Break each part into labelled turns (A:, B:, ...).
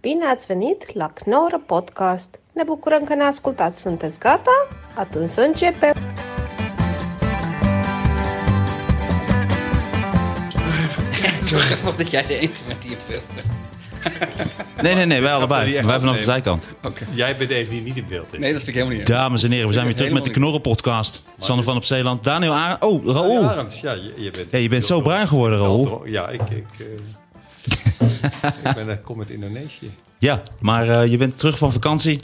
A: Bine ați venit la Knorr Podcast! Ne bucurăm că ne ascultați! Sunteți gata? Atunci să începem!
B: Het is wel grappig dat jij de enige bent die een bril hebt.
C: Nee, nee, nee, wij
D: die
C: allebei.
D: echt
C: Wij vanaf de
D: afnemen.
C: zijkant.
D: Jij bent de enige die niet in beeld is.
B: Nee, dat vind ik helemaal niet. erg.
C: Dames en heren, we zijn weer terug met de
B: Helemaal
C: Knorren-podcast. Sander van op Zeeland, Daniel Aan. Oh,
D: Oh,
C: Raoul.
D: ja, want- ja, je, je bent,
C: Ja, je bent zo bruin geworden, Raoul.
D: Ja, ik, ik, eh, ik ben, eh, kom uit Indonesië.
C: Ja, maar eh, je bent terug van vakantie.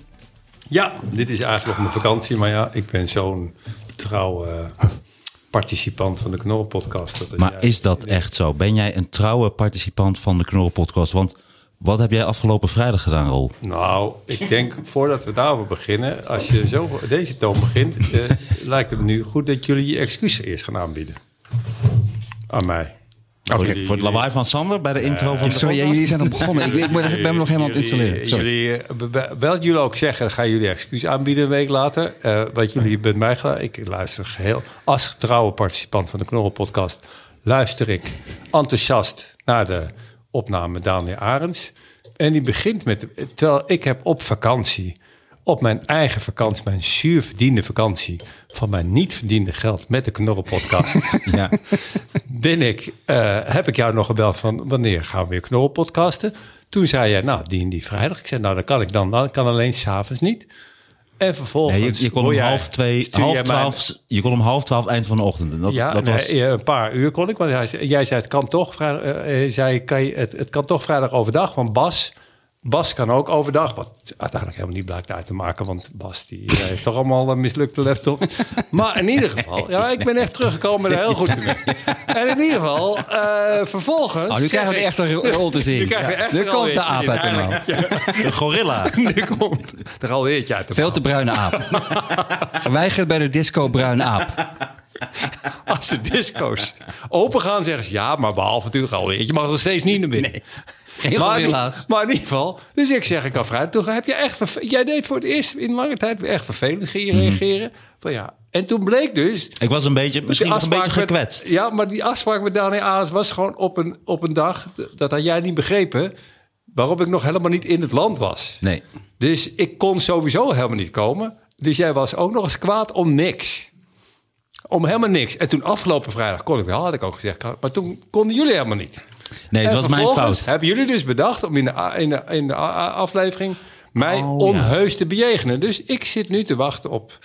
D: Ja, dit is eigenlijk nog mijn vakantie. Maar ja, ik ben zo'n trouw eh, participant van de Knorren-podcast. Dat
C: Maar is dat echt zo? Ben jij een trouwe participant van de Knorren-podcast? Want wat heb jij afgelopen vrijdag gedaan, Raoul?
D: Nou, ik denk voordat we daarover beginnen, als je zo op deze toon begint, eh, lijkt het me nu goed dat jullie je excuses eerst gaan aanbieden. Aan mij.
C: Voor,
D: Jullie-
C: voor het lawaai van Sander
D: Eh,
C: bij de intro van de
E: Sorry, ja,
C: podcast?
E: jullie zijn al begonnen. Ik, ik ben, ik ben hem nog helemaal aan het installeren.
D: Jullie-
E: Sorry.
D: Jullie, eh, be- be- wel jullie ook zeggen, gaan jullie excuus aanbieden een week later. Eh, wat jullie met mij gedaan, ik luister geheel als getrouwe participant van de Knorrelpodcast, luister ik enthousiast naar de opname met Daniel Arends. En die begint met, terwijl ik heb op vakantie, op mijn eigen vakantie, mijn zuur verdiende vakantie, van mijn niet verdiende geld met de Knorrelpodcast.
C: Ja.
D: ben ik, eh, heb ik jou nog gebeld van wanneer gaan we weer knol podcasten? Toen zei jij, nou, die en die vrijdag. Ik zei, nou, dat kan ik dan. wel. Ik kan alleen s'avonds niet. En vervolgens...
C: Nee, je, je kon
D: hoor
C: om
D: jij-
C: half twee,
D: stuur
C: half
D: jij mij-
C: twaalf, je kon om half twaalf eind van de ochtend. En Dat,
D: ja,
C: dat
D: nee,
C: was,
D: eh, een paar uur kon ik. Want hij, zei- jij zei, het kan toch vrijdag, eh, eh, zei, kan je, het, het kan toch vrijdag overdag. Want Bas, Bas kan ook overdag. Wat uiteindelijk helemaal niet blijkt uit te maken. Want Bas die, eh, heeft toch allemaal een mislukte laptop. maar in ieder geval, ja, ik ben echt teruggekomen met een heel goed humeur. En in ieder geval, eh, vervolgens...
E: Oh, nu krijgen we
D: zeg
E: echt een rol te zien.
D: nu krijgen we echt
E: Nu
D: een
E: komt
D: alweertje
E: de aap
D: in,
E: uit de mouw.
C: een gorilla.
D: ik, nu komt er alweer eentje uit de
E: Veel te bruine aap. Weigert bij de disco bruine aap.
D: Als de disco's open gaan, zeggen ze ja, maar behalve natuurlijk alweer. Je mag nog steeds niet naar binnen.
E: Geen
D: maar, in-
E: gorilla's.
D: maar in ieder geval, dus ik zeg, ik kan vrij. Toen heb je echt, verve- jij deed voor het eerst in lange tijd weer echt vervelend
C: Mhm.
D: ge- reageren. Van ja. En toen bleek dus.
C: Ik was een beetje, misschien
D: die
C: was een beetje
D: afspraak met-
C: gekwetst.
D: ja, maar die afspraak met Daniel Aas was gewoon op een, op een dag, dat had jij niet begrepen, waarop ik nog helemaal niet in het land was.
C: Nee.
D: Dus ik kon sowieso helemaal niet komen. Dus jij was ook nog eens kwaad om niks. Om helemaal niks. En toen afgelopen vrijdag kon ik wel, had ik ook gezegd. Maar toen konden jullie helemaal niet.
C: Nee, het
D: en
C: was mijn
D: vervolgens
C: fout.
D: hebben jullie dus bedacht om in de, a- in de, in de a- a- aflevering mij
C: Oh,
D: onheus te bejegenen. Dus ik zit nu te wachten op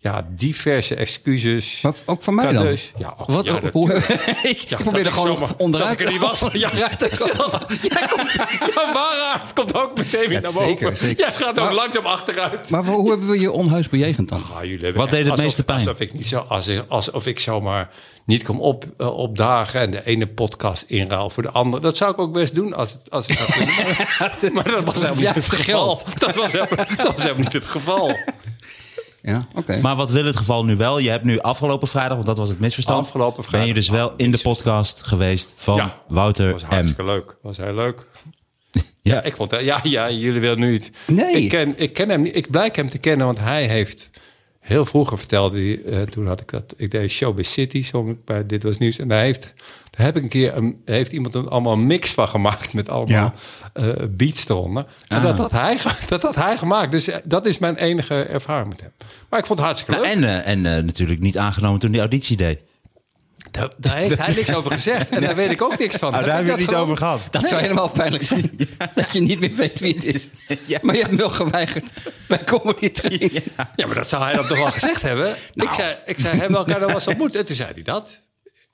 D: ja, diverse excuses.
E: Maar ook van mij dan?
D: Cadeaus. Ja, ook-
E: Wat,
D: ja,
E: hoe- ik
D: dat
E: probeer
D: ik
E: er gewoon
D: zomaar-
E: onderuit
D: dat ik er niet was. Ja,
E: onderuit te komen.
D: Jij komt, ja, waarheid komt ook meteen weer
E: Ja,
D: naar boven.
E: zeker, zeker.
D: Jij gaat ook langzaam achteruit.
E: Maar hoe hebben we je onheus bejegend dan?
D: Ah, jullie hebben
C: Wat
D: echt
C: deed het
D: alsof-
C: meeste pijn?
D: Alsof ik, niet zo, als, alsof ik zomaar niet kom op, eh, opdagen en de ene podcast inruil voor de andere. Dat zou ik ook best doen. Als het, als het, maar dat was helemaal niet het
E: juiste
D: geval. Dat was, helemaal, dat was helemaal niet het geval.
E: Ja, oké.
C: Maar wat wil het geval nu wel? Je hebt nu afgelopen vrijdag, want dat was het misverstand.
D: Afgelopen vrijdag.
C: Ben je dus wel in de podcast geweest van
D: Ja.
C: Wouter
D: was
C: M.
D: hartstikke leuk. was heel leuk.
C: Ja.
D: Ik vond, ja, ja, jullie willen nu iets.
E: Nee.
D: Ik ken, ik ken hem niet. Ik blijk hem te kennen, want hij heeft heel vroeger verteld. Die, eh, toen had ik dat. Ik deed Showbiz City zo bij Dit Was Nieuws. En hij heeft, daar heb ik een keer een, heeft iemand een, allemaal een mix van gemaakt met allemaal eh, beats eronder.
C: Ah.
D: En dat had, hij, ge- dat had hij gemaakt. Dus eh, dat is mijn enige ervaring met hem. Maar ik vond het hartstikke
C: Nou,
D: leuk.
C: en eh, en eh, natuurlijk niet aangenomen toen die auditie deed.
D: daar, daar heeft hij niks over gezegd. En daar weet ik ook niks van.
C: Nou,
D: Heb ik dat geloof-
C: gehad.
E: Dat zou helemaal pijnlijk zijn. Dat je niet meer weet wie het is. Maar je hebt wel geweigerd bij Comedy Train.
D: Ja, maar dat zou hij dan toch wel gezegd hebben?
E: Nou.
D: Ik zei, ik zei hebben we elkaar dan wel eens ontmoet? En toen zei hij dat.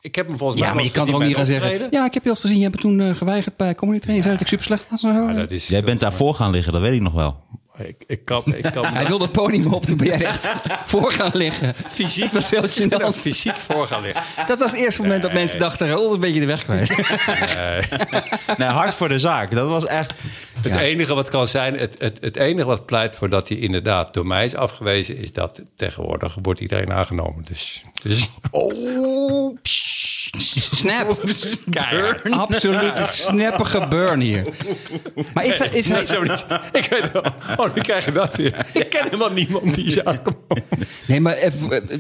D: Ik heb hem volgens mij
E: Ja, maar
D: wel
E: je
D: eens
E: kan er ook niet gaan
D: gezien bij een
E: zeggen...
D: optreden.
E: Ja, ik heb je al eens gezien. Je hebt me toen eh, geweigerd bij Comedy Train. Je zei dat ik super slecht was. en zo.
D: Ja, dat is, eh,
C: Jij bent daarvoor gaan liggen, dat weet ik nog wel.
D: Ik, ik kan, ik kan
E: Hij wilde het podium op, toen ben jij er echt voor gaan liggen.
D: fysiek,
E: Dat was heel
D: ik ben er
E: gênant.
D: fysiek voor gaan liggen.
E: Dat was het eerste moment dat mensen dachten, Raoul, een beetje de weg kwijt.
C: Nee, hard voor de zaak. Dat was echt...
D: Het enige wat kan zijn, het, het, het enige wat pleit voor dat hij inderdaad door mij is afgewezen, is dat tegenwoordig wordt iedereen aangenomen. Dus, dus
C: Oh, pssst.
E: Snap. Burn. Absoluut het snappige burn hier. Maar is, er, is hij...
F: Ik weet wel. Oh, nu krijg je dat weer. Ik ken helemaal niemand die zaak.
E: Nee, maar eh,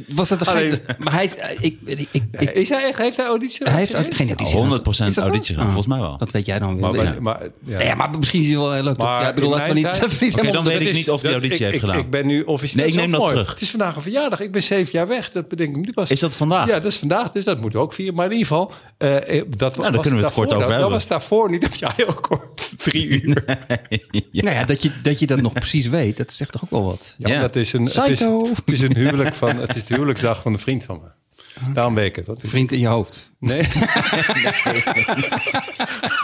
E: was dat een
F: Alleen-
E: geite- Maar hij... eh, Ik, ik, ik,
F: Is hij echt, heeft hij auditie?
E: hij heeft audi- geen auditie gedaan.
C: 100%
E: Is dat waar?
C: auditie gedaan,
E: Ah,
C: volgens mij wel.
E: Dat weet jij dan
F: Maar,
E: wel.
F: maar,
E: ja.
F: maar- ja.
E: Nou Ja, maar misschien is hij wel heel leuk.
F: Maar
E: ja, ik bedoel,
F: in
E: laten we
F: mijn
E: niet...
F: tijd-
E: laten we niet
C: Oké,
E: helemaal
C: dan
E: op de-
C: weet ik niet of die
F: Dat-
C: auditie
F: ik,
C: heeft
F: ik-
C: gedaan.
F: Ik ben nu officieel.
C: Nee, ik
F: dat is
C: neem
F: ook
C: dat
F: mooi.
C: terug.
F: Het is vandaag een verjaardag. Ik ben zeven jaar weg. Dat bedenk ik nu pas.
C: Is dat vandaag?
F: Ja, dat is vandaag. Dus dat moet ook vier. Maar in ieder geval, eh, eh, dat was
C: daar kunnen we het kort over
F: daarvoor- dat- Dat
C: hebben.
F: was daarvoor niet. Ja, heel kort. Drie uur.
E: Nou ja, dat je, dat je dat nog precies weet, dat zegt toch ook wel wat.
F: Ja,
C: Ja.
F: Dat is een, het, is,
E: Psycho.
F: het is een huwelijk van. Het is de huwelijksdag van een vriend van me.
C: Ah.
F: Daarom weet ik het. Dat is-
E: Vriend in je hoofd.
F: Nee.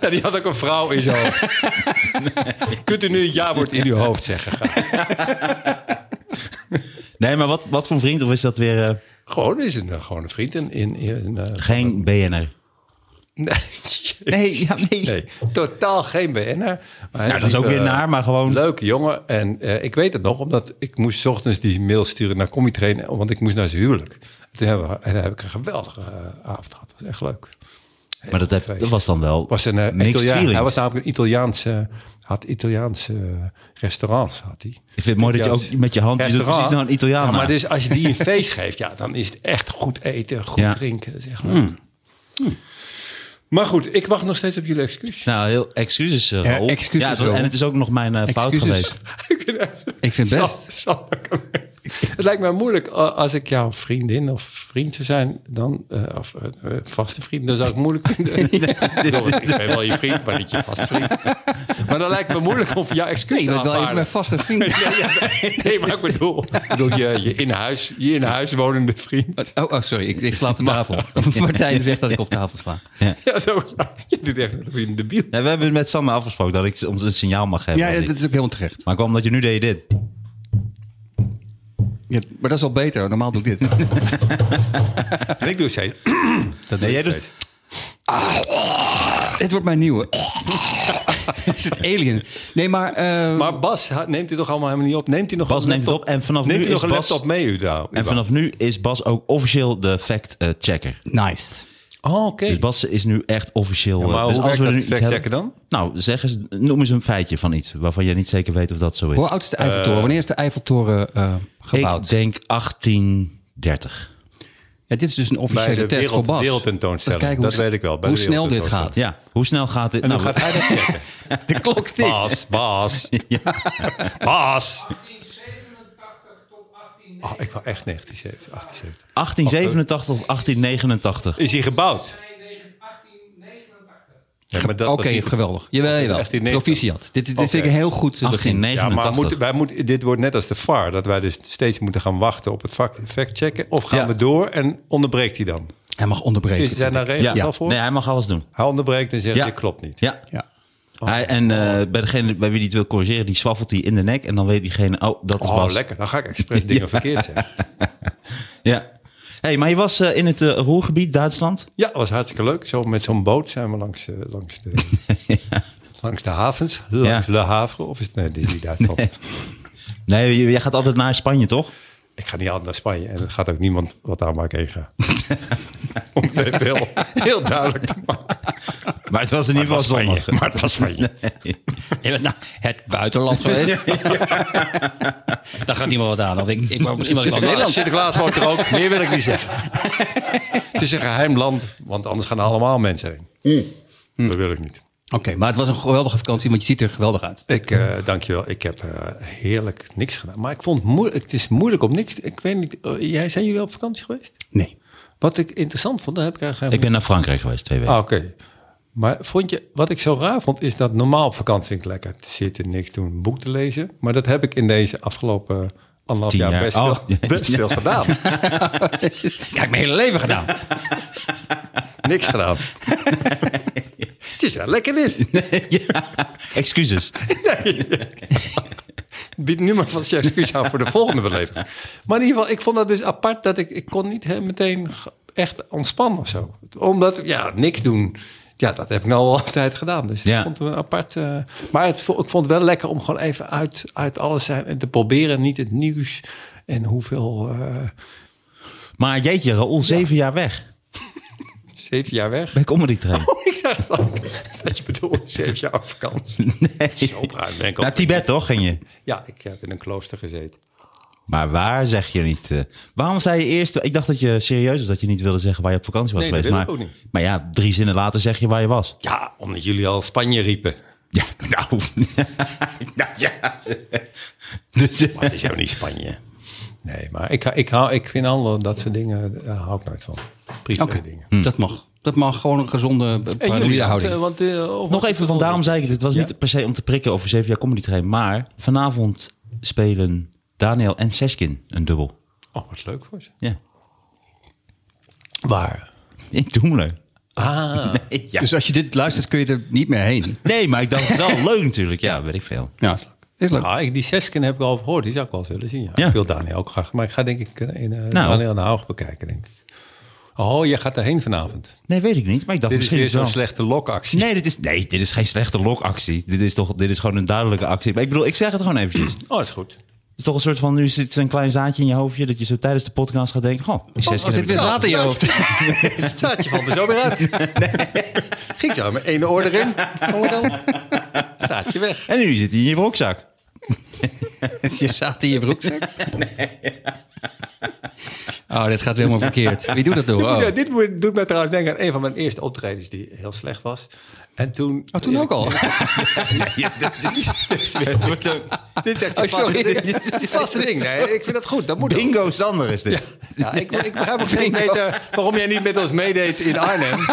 F: ja, die had ook een vrouw in zijn hoofd. Kunt u nu een ja-woord in uw hoofd zeggen? Ga.
C: Nee, maar wat, wat voor vriend? Of is dat weer eh,
F: Gewoon is een, eh, gewoon een vriend. In, in, in, eh,
C: geen BNR?
F: nee,
E: Nee, ja,
F: nee, totaal geen BN'er. Maar
C: Nou, dat is ook weer naar, maar gewoon...
F: Leuke jongen. En eh, ik weet het nog, omdat ik moest 's ochtends die mail sturen naar Commie Train, want ik moest naar zijn huwelijk. Toen hebben we, en daar heb ik een geweldige eh, avond gehad. Dat was echt leuk.
C: Maar dat, heb- dat was dan wel
F: was een eh,
C: mixed
F: Italiaan.
C: feelings.
F: Hij was namelijk een Italiaanse, had Italiaanse eh, restaurants had hij.
C: Ik vind het mooi dat je ook met je hand... Je doet
F: Restaurant.
C: precies naar een Italiaan
F: Ja, maar
C: na.
F: dus als je die een feest geeft, ja, dan is het echt goed eten, goed
C: Ja. Hmm.
F: drinken, zeg maar. Maar goed, ik wacht nog steeds op jullie excuus.
C: Nou, heel excuses, eh,
E: Ja,
C: Raoul.
E: excuses,
C: Ja, het was-
E: Raoul.
C: en het is ook nog mijn eh, fout
E: Excuses.
C: geweest.
F: Ik vind het-
E: Ik vind het best.
F: Zal- zal ik hem- het lijkt mij moeilijk eh, als ik jouw vriendin of vriend zou zijn, dan, eh, of eh, eh, vaste vriend, dan zou ik het moeilijk vinden. Ik bedoel, Ik ben wel je vriend, maar niet je vaste vriend. Maar dan lijkt het me moeilijk om jouw excuus
E: Nee,
F: te
E: dat wel even
F: aanvaarden.
E: mijn vaste vriend.
F: Nee, maar ik bedoel, ik bedoel je, je, in huis, je in huis wonende vriend.
E: Oh, oh, sorry, ik, ik sla op de tafel. Martijn zegt dat ik op tafel sla.
F: Ja, zo, ja, je doet echt net of je een debiel.
C: Nee, we hebben met Sander afgesproken dat ik ons een signaal mag geven.
E: Ja,
C: als
E: dat
C: ik-
E: is ook helemaal terecht.
C: Maar kwam dat je nu deed je dit.
E: maar dat is al beter. Normaal doe ik dit.
F: En ik doe steeds. Dat
C: Nee, jij dus? doet-
E: dit wordt mijn nieuwe. is het alien? Nee, maar... eh,
F: Maar Bas ha- neemt hij toch allemaal helemaal niet op? Neemt hij nog
C: Bas
F: een
C: neemt het
F: laptop-
C: op en vanaf
F: neemt
C: nu
F: hij nog
C: is
F: een
C: Bas-
F: laptop mee, u daar?
C: En vanaf nu is Bas ook officieel de fact-checker.
E: nice.
F: Oh, oké.
C: Dus Bas is nu echt officieel...
F: Ja, maar
C: eh, dus
F: hoe werkt
C: er
F: dat
C: nu iets
F: factchecken
C: hebben-
F: dan?
C: Nou, zeg eens, noem eens een feitje van iets... waarvan jij niet zeker weet of dat zo is.
E: Hoe oud is de Eiffeltoren? Wanneer is de Eiffeltoren eh, gebouwd?
C: Ik denk 1830.
E: Ja, dit is dus een officiële
F: Bij de
E: test voor
F: wereld-
E: Bas.
F: wereldtentoonstelling.
E: Even kijken hoe
F: Dat
E: sne-
F: weet ik wel, bij
E: Hoe
F: de
E: snel dit gaat.
F: wereldtentoonstelling.
C: Ja, hoe snel gaat dit?
F: En dan
C: nou,
F: gaat hij dat checken.
E: De klok tikt.
F: Bas, Bas. Bas. Oh, ik wil echt 1970. 78.
C: 1887 of 1889.
F: Is hij gebouwd? Ja, maar dat
E: Oké,
F: was niet-
E: geweldig. Jawel, jawel.
F: 1890.
E: Proficiat. Dit, dit
F: Oké.
E: vind ik een heel goed eh, begin.
C: 1889.
F: Ja, maar moeten- wij moeten, dit wordt net als de VAR. Dat wij dus steeds moeten gaan wachten op het fact- fact-checken. Of gaan
C: Ja.
F: we door en onderbreekt hij dan?
E: Hij mag
F: Is
E: onderbreken.
F: daar nou regels
C: ja.
F: al voor?
C: Nee, hij mag alles doen.
F: Hij onderbreekt en zegt,
C: Ja.
F: dit klopt niet.
C: Ja.
E: Ja.
C: Hij, en eh, bij degene bij wie die het wil corrigeren, die zwaffelt hij in de nek. En dan weet diegene, oh, dat is
F: Oh,
C: Bas.
F: lekker. Dan ga ik expres dingen verkeerd zeggen.
C: Ja. hey, maar je was eh, in het eh, Roergebied, Duitsland.
F: Ja, was hartstikke leuk. Zo met zo'n boot zijn we langs, eh, langs, de, langs de havens. Langs
C: Ja.
F: Le Havre. Of is het... Nee, dit is niet Duitsland.
C: Nee, j- jij gaat altijd naar Spanje, toch?
F: Ik ga niet altijd naar Spanje. En er gaat ook niemand wat aan maken heen gaan. Om het even heel, heel duidelijk te maken.
C: Maar het was in ieder geval zonnig.
F: Maar het was Spanje.
E: Je bent nou het buitenland geweest. Daar gaat niemand wat aan. Of ik, ik wou misschien wel in
F: Sinterklaas,
E: Nederland.
F: Sinterklaas hoort er ook. Meer wil ik niet zeggen. het is een geheim land. Want anders gaan er allemaal mensen heen. Dat wil ik niet.
E: Oké, maar het was een geweldige vakantie, want je ziet er geweldig uit.
F: Ik, eh dankjewel. Ik heb eh, heerlijk niks gedaan. Maar ik vond het moeilijk. Het is moeilijk om niks. Ik weet niet. eh, jij, zijn jullie op vakantie geweest?
E: Nee.
F: Wat ik interessant vond, daar heb ik eigenlijk.
C: Ik ben naar Frankrijk geweest twee weken.
F: Ah, oké. Maar vond je, wat ik zo raar vond, is dat normaal op vakantie vind ik lekker te zitten, niks doen, een boek te lezen. Maar dat heb ik in deze afgelopen anderhalf
C: Tien
F: jaar,
C: jaar.
F: best,
C: Oh,
F: veel,
C: ja.
F: best veel gedaan.
E: Ik heb mijn hele leven gedaan.
F: Niks gedaan. Het is wel lekker dit.
C: Ah. Excuses.
F: Bied nu maar van je excuus aan voor de volgende beleving. Maar in ieder geval, ik vond dat dus apart dat ik, ik kon niet hè, meteen ge- echt ontspannen of zo. Omdat, ja, niks doen. Ja, dat heb ik nou al altijd gedaan. Dus
C: Ja.
F: ik vond het een apart. eh, maar het, vo- ik vond het wel lekker om gewoon even uit, uit alles zijn en te proberen. Niet het nieuws en hoeveel. eh,
C: Maar jeetje, Raoul, zeven jaar weg.
F: Zeven jaar weg.
C: Bij Comedy Train.
F: ik dacht dat, dat je bedoelde zeven jaar op vakantie. Nee. Zo bruin ben ik al.
C: Naar Tibet toch, ging je?
F: Ja, ik heb in een klooster gezeten.
C: Maar waar zeg je niet? eh, waarom zei je eerst... Ik dacht dat je serieus was, dat je niet wilde zeggen waar je op vakantie was
F: Nee, dat
C: geweest. maar,
F: wil ik ook
C: maar ja, drie zinnen later zeg je waar je was.
F: Ja, omdat jullie al Spanje riepen.
C: Ja, nou... nou ja. Dus, eh,
F: Maar het is ook niet Spanje. Nee, maar ik, ik, hou, ik vind handel, dat soort dingen, daar hou ik nooit van. Privé
E: Oké, Hm.
F: dingen.
E: dat mag. Dat mag gewoon een gezonde eh,
F: En jullie,
E: paranoïde
F: want,
E: houding.
F: eh, want, eh, of-
C: Nog even, want daarom zei ik... Dit was
F: Ja?
C: niet per se om te prikken over zeven jaar Comedy Train. Maar vanavond spelen Daniel en Seskin een dubbel.
F: Oh, wat leuk voor ze.
C: Ja.
F: Waar?
C: In Doemler.
F: Ah,
C: Nee, ja.
E: Dus als je dit luistert, kun je er niet meer heen.
C: nee, maar ik dacht het wel leuk natuurlijk. Ja, weet ik veel.
E: Ja, is leuk. Is leuk.
F: nou, ik, die Sesken heb ik al gehoord. Die zou ik wel eens willen zien. Ja.
C: Ja.
F: Ik wil Daniel ook graag. Maar ik ga denk ik eh, in, eh,
C: Nou.
F: Daniel de Haug bekijken, denk ik. Oh, jij gaat daarheen vanavond.
C: Nee, weet ik niet. Maar ik dacht
F: Dit is
C: misschien
F: weer
C: wel-
F: zo'n slechte lokactie.
C: Nee, dit is, nee, dit is geen slechte lokactie. Dit is, toch, dit is gewoon een duidelijke actie. Maar ik bedoel, ik zeg het gewoon eventjes. Het
F: Oh, dat is goed.
C: is toch een soort van, nu zit een klein zaadje in je hoofdje... dat je zo tijdens de podcast gaat denken... Goh, die zes
E: Er Oh, zit weer zaad in je hoofd.
F: Het zaadje valt er zo weer uit. Ging zo met één oor erin. Hoor dan. Zaadje weg.
C: En nu zit hij in je broekzak.
E: Je zaad in je broekzak? Oh, dit gaat weer helemaal verkeerd. Wie doet dat door? Oh,
F: Ja, dit moet- doet mij trouwens denken aan een van mijn eerste optredens die heel slecht was. En toen...
E: Oh, toen ook al.
F: Dit is echt
E: Oh,
F: een vaste
E: sorry.
F: ding. Dit is een vaste ding. Nee, ik vind dat goed. Dat moet ook.
C: Bingo Sander is dit.
F: Ja, ik, ik begrijp ook steeds beter waarom jij niet met ons meedeed in Arnhem.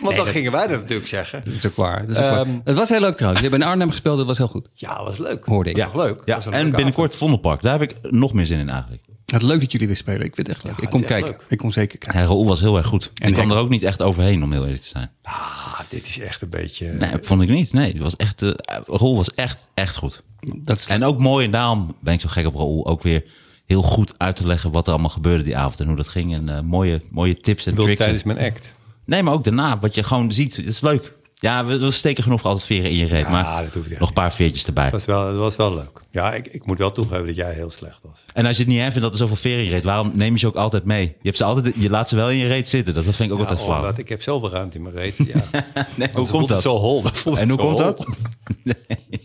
F: Want dan gingen wij dat natuurlijk zeggen.
E: Dat is ook waar. Dat is ook waar.
F: Ehm,
E: Het was heel leuk trouwens. Je hebt in Arnhem gespeeld, dat was heel goed.
F: Ja, was leuk.
E: Hoorde ik.
F: Was toch leuk.
C: Ja,
F: Was een
C: en
F: leuke
C: binnenkort Vondelpark. Daar heb ik nog meer zin in eigenlijk.
E: Nou, Het leuk dat jullie weer spelen. Ik vind het echt leuk. ik kom
F: het is echt
E: kijken.
F: leuk.
E: Ik kom zeker kijken.
C: En Raoul was heel erg goed. En ik kwam
E: Henk.
C: er ook niet echt overheen, om heel eerlijk te zijn.
F: avond. Ah, dit is echt een beetje...
C: Nee, vond ik niet. Nee, het was echt, eh, Raoul was echt, echt goed.
E: Dat is
C: En ook mooi, en daarom ben ik zo gek op Raoul, ook weer heel goed uit te leggen wat er allemaal gebeurde die avond en hoe dat ging. En eh, mooie, mooie tips en
F: Ik bedoel,
C: tricks.
F: tijdens mijn act.
C: Nee, maar ook daarna, wat je gewoon ziet, het is leuk. Ja, we, we steken genoeg altijd veren in je reet, maar
F: dat hoeft echt
C: nog een paar veertjes erbij.
F: Het was wel, het was wel leuk. Ja, ik, ik moet wel toegeven dat jij heel slecht was.
C: En als je het niet erg vindt dat er zoveel veren in je reet, waarom neem je ze ook altijd mee? Je, hebt ze altijd, je laat ze wel in je reet zitten, dus dat, dat vind ik ook
F: Ja,
C: altijd flauw.
F: omdat ik heb zoveel ruimte in mijn reet. Ja.
C: Nee, hoe
F: Anders
C: komt
F: voelt
C: dat?
F: Het zo hol. Dan voelt
C: en
F: het
C: hoe
F: zo
C: komt
F: hol.
C: dat? Nee.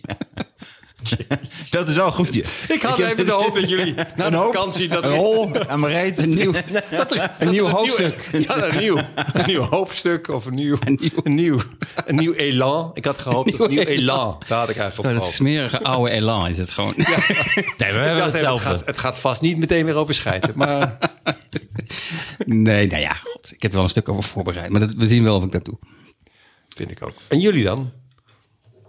C: dat is wel goed. Je-
F: Ik had
C: heb-
F: even de hoop dat jullie na de vakantie... Dat
C: een
F: er-
C: hol aan mijn reet.
E: een nieuw,
F: dat er- dat er
E: een nieuw hoofdstuk.
F: ja, een nieuw, een nieuw hoofdstuk of een nieuw, een nieuw, een nieuw, elan. Ik had gehoopt op een nieuw elan. Daar had ik eigenlijk op
E: dat
F: gehoopt.
E: smerige oude elan is het gewoon.
C: Nee, we
F: Ik
C: hebben
F: dacht even, het,
C: hetzelfde.
F: gaat, het gaat vast niet meteen weer over scheiden. Maar
E: Nee, nou ja, god, ik heb er wel een stuk over voorbereid. Maar dat, we zien wel of ik dat doe.
F: vind ik ook. En jullie dan?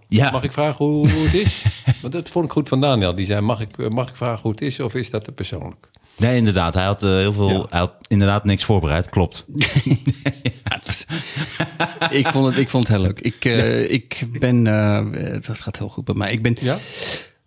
C: Ja.
F: Mag ik vragen hoe, hoe het is? Want dat vond ik goed van Daniel. Die zei, mag ik, eh, mag ik vragen hoe het is of is dat te persoonlijk?
C: Nee, inderdaad. Hij had eh, heel veel. Hij had inderdaad niks voorbereid. Klopt.
E: Ja, het was- ik, vond het, ik vond het heel leuk. Ik, eh, ik ben, eh, eh, dat gaat heel goed bij mij. Ik ben,
F: Ja?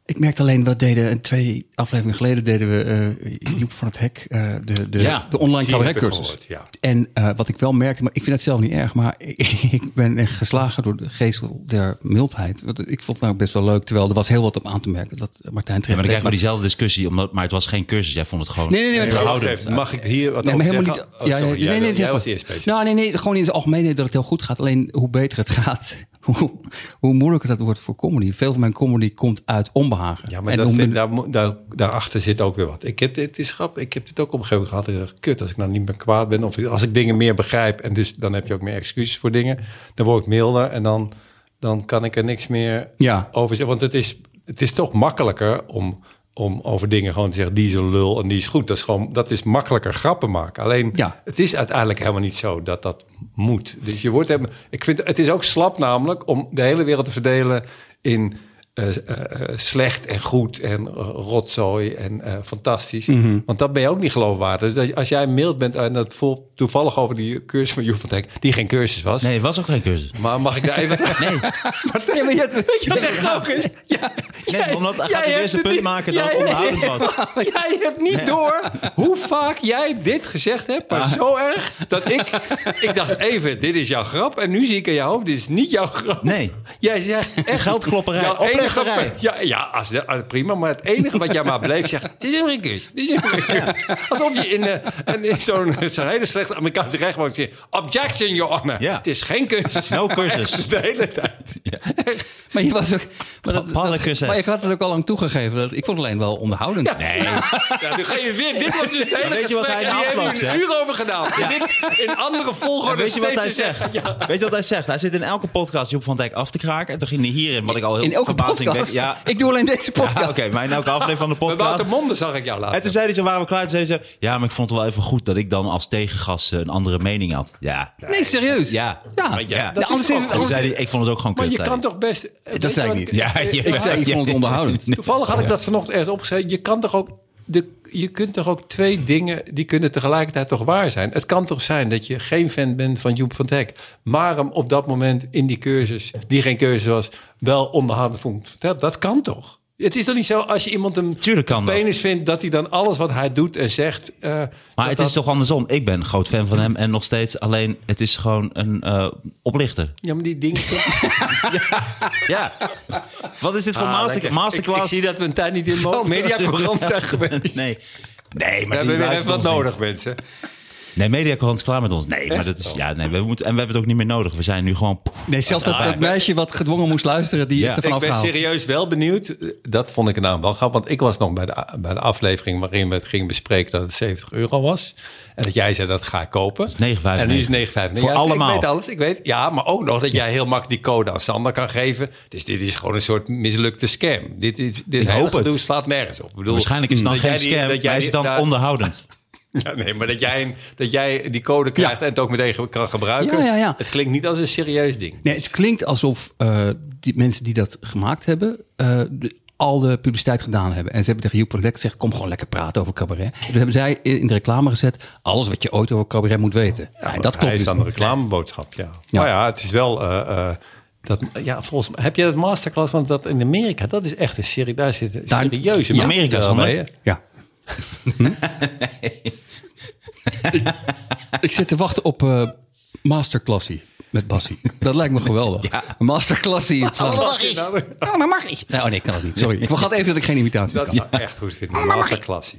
E: ik merkte alleen, wat deden, en twee afleveringen geleden deden we eh, Joep van het Hek, eh, de, de,
F: Ja,
E: de online
F: die heb ik
E: cabaretcursus.
F: gehoord, ja.
E: En eh, wat ik wel merkte, maar ik vind het zelf niet erg, maar ik, ik ben echt geslagen door de geestel der mildheid. Want ik vond het nou best wel leuk, terwijl er was heel wat op aan te merken. Dat eh, Martijn
C: Ja,
E: terecht
C: maar dan
E: deed,
C: krijgen we diezelfde discussie. Omdat, maar het was geen cursus. Jij vond het gewoon.
E: Nee, nee, nee, maar-
F: Wacht
C: Verhoudend.
F: even, mag ik hier wat
E: Nee,
F: over
E: maar helemaal niet.
F: zeggen?
E: ja,
F: Oh, sorry,
E: nee, nee,
F: jij,
E: nee,
F: jij
E: nee.
F: was eerst bezig.
E: Nou, nee, nee, gewoon in het algemeen dat het heel goed gaat. Alleen hoe beter het gaat, hoe, hoe moeilijker dat wordt voor comedy. Veel van mijn comedy komt uit onbehagen.
F: Ja, maar
E: En
F: dat
E: hoe
F: vind,
E: min-
F: daar, moet- daar, daarachter zit ook weer wat. Ik heb, dit is grap, ik heb dit ook op een gegeven moment gehad. Ik dacht, kut, als ik nou niet meer kwaad ben. Of als ik dingen meer begrijp. En dus dan heb je ook meer excuses voor dingen. Dan word ik milder en dan, dan kan ik er niks meer
E: Ja.
F: over zeggen. Want het is, het is toch makkelijker om, om over dingen gewoon te zeggen... die is een lul en die is goed. Dat is, gewoon, dat is makkelijker grappen maken. Alleen,
E: Ja.
F: het is uiteindelijk helemaal niet zo dat dat moet. Dus je wordt hem. Ik vind het is ook slap namelijk om de hele wereld te verdelen in eh, eh, eh, slecht en goed en eh, rotzooi en eh, fantastisch. Want dat ben je ook niet geloofwaardig. Dus dat- als jij mild bent en dat voelt toevallig over die cursus van Joep van Dijk, die geen cursus was.
C: Nee, het was ook geen cursus.
F: Maar mag ik daar even... Nee.
E: Nee, maar je hebt-
F: Wat echt grappig is? Ja,
C: Nee, omdat hij gaat het eerste punt maken dat het onhoudend was.
F: Jij hebt niet door hoe vaak jij dit gezegd hebt, maar zo erg dat ik... Ik dacht even, dit is jouw grap en nu zie ik in jouw hoofd, dit is niet jouw grap.
C: Nee.
F: Jij zegt echt...
C: Geldklopperij.
F: Jouw
C: Opleggen
G: kutdichterij.
F: Ja, ja als, als- prima. Maar het enige wat jij maar bleef zeggen... Dit is een kut. Dit is een kut. Alsof je in, eh, een- in zo'n zo'n hele slechte Amerikaanse rechtbank zit. Objection, your honor.
C: Ja. Nou.
F: Het is geen kunst.
C: No cursus.
F: Echt, De hele tijd.
E: Maar je was ook. Maar, dat,
C: Padden
E: dat-
C: kussen.
E: maar ik had het ook al lang toegegeven. Dat, ik vond het alleen wel onderhoudend. Nee.
F: Ja, nu ga je weer. Dit was dus het hele
C: Weet je wat
F: gesprek.
C: hij
F: en
C: nou
F: die hebben
C: afloopt,
F: we een
C: hè?
F: uur over gedaan. Dit in andere volgorde.
C: Weet je wat
F: steeds
C: hij
F: te zeggen.
C: zegt? Weet je wat hij zegt? Hij zit in elke podcast Joep van Dijk af te kraken. En toen ging hij hierin, wat ik al heel
E: In elke
C: verbazingwekkend-
E: podcast.
C: Ja,
E: Ik doe alleen deze podcast.
C: Ja, oké, maar in elke aflevering van de
F: Bij
C: podcast.
F: Wouter Monde zag ik jou laten.
C: En toen zei hij zo, waren we klaar? Toen zei hij zo, ja, maar ik vond het wel even goed dat ik dan als tegengas eh, een andere mening had. Ja.
E: Nee, serieus.
C: Ja.
E: Ja.
C: Maar ja,
E: Ja,
C: dat
E: anders is het-
F: is toch
C: En toen
E: anders-
C: zei hij, ik vond het ook gewoon
F: Maar
C: kut.
F: je
C: zei
F: kan
C: hij.
F: toch best... weet je
E: Dat zei ik
F: wat-
E: niet.
C: Ja, ja.
E: Ik zei, ik vond het onderhoudend.
F: Toevallig had ik dat vanochtend ergens opgeschreven. Je kan toch ook. De, je kunt toch ook twee dingen, die kunnen tegelijkertijd toch waar zijn. Het kan toch zijn dat je geen fan bent van Joep van het Hek, maar hem op dat moment in die cursus, die geen cursus was, wel onderhanden vond verteld. Dat kan toch? Het is toch niet zo als je iemand een
C: Tuurlijk kan dat.
F: penis vindt, dat hij dan alles wat hij doet en zegt... eh, dat
C: Maar het
F: dat-
C: is toch andersom. Ik ben een groot fan van hem en nog steeds. Alleen, het is gewoon een eh, oplichter.
F: Ja, maar die dingen...
C: Ja. Wat is dit voor master-
F: lekker.
C: masterclass?
F: Ik, ik zie dat we een tijd niet in mo- mediacourant zijn geweest.
C: Nee. Nee,
F: We
C: maar die
F: hebben weer even
C: luistert
F: wat
C: ons niet.
F: nodig, mensen.
C: Nee, Mediacorant is klaar met ons. Nee, maar dat is... Ja, nee, we moeten, en we hebben het ook niet meer nodig. We zijn nu gewoon...
E: Nee, zelfs dat, dat meisje wat gedwongen moest luisteren, die
C: Ja.
E: is er
F: Ik
E: vanaf
F: ben
E: gehaald.
F: serieus wel benieuwd. Dat vond ik nou wel grappig. Want ik was nog bij de, bij de aflevering waarin we het gingen bespreken dat het 70 euro was. En dat jij zei dat ga ik kopen.
C: is 9,95.
F: En nu is het 9,95.
C: Voor
F: Ja,
C: allemaal.
F: Ik weet alles. Ik weet, ja, maar ook nog dat jij heel makkelijk die code aan Sander kan geven. Dus dit is gewoon een soort mislukte scam. Dit, is dit hele
C: hoop het.
F: gedoe slaat nergens op. Ik bedoel,
C: Waarschijnlijk is het dan
F: dat
C: geen
F: jij die-
C: scam,
F: dat jij
C: maar is het dan
F: die- nou,
C: onderhoudend.
F: ja, nee, maar dat jij, een- dat jij die code krijgt en het ook meteen kan gebruiken.
E: Ja, ja, ja.
F: Het klinkt niet als een serieus ding.
E: Nee, het klinkt alsof eh, die mensen die dat gemaakt hebben, eh, de- al de publiciteit gedaan hebben. En ze hebben tegen Joep Project gezegd, kom gewoon lekker praten over cabaret. En toen hebben zij in de reclame gezet, alles wat je ooit over cabaret moet weten. Ja, en dat
F: Hij
E: klopt
F: is
E: dus
F: dan
E: niet.
F: een reclameboodschap, ja.
E: Ja.
F: Maar ja, het is wel... eh, eh, dat, ja, volgens mij, heb je dat masterclass? Want dat in Amerika, dat is echt een serie. Daar zit een
E: Daar-
F: serieuze
E: ja.
C: Amerika, Sander.
F: mee.
E: Ja. Hm? ik, ik zit te wachten op eh Masterclassie met Bassie. Dat lijkt me geweldig. Masterclassie. is dan- Ja, maar mag ik? Nee, oh nee, ik kan dat niet. Sorry. Ik vergat even dat ik geen imitaties
F: Dat
E: kan.
F: is echt goed vind. Masterclass.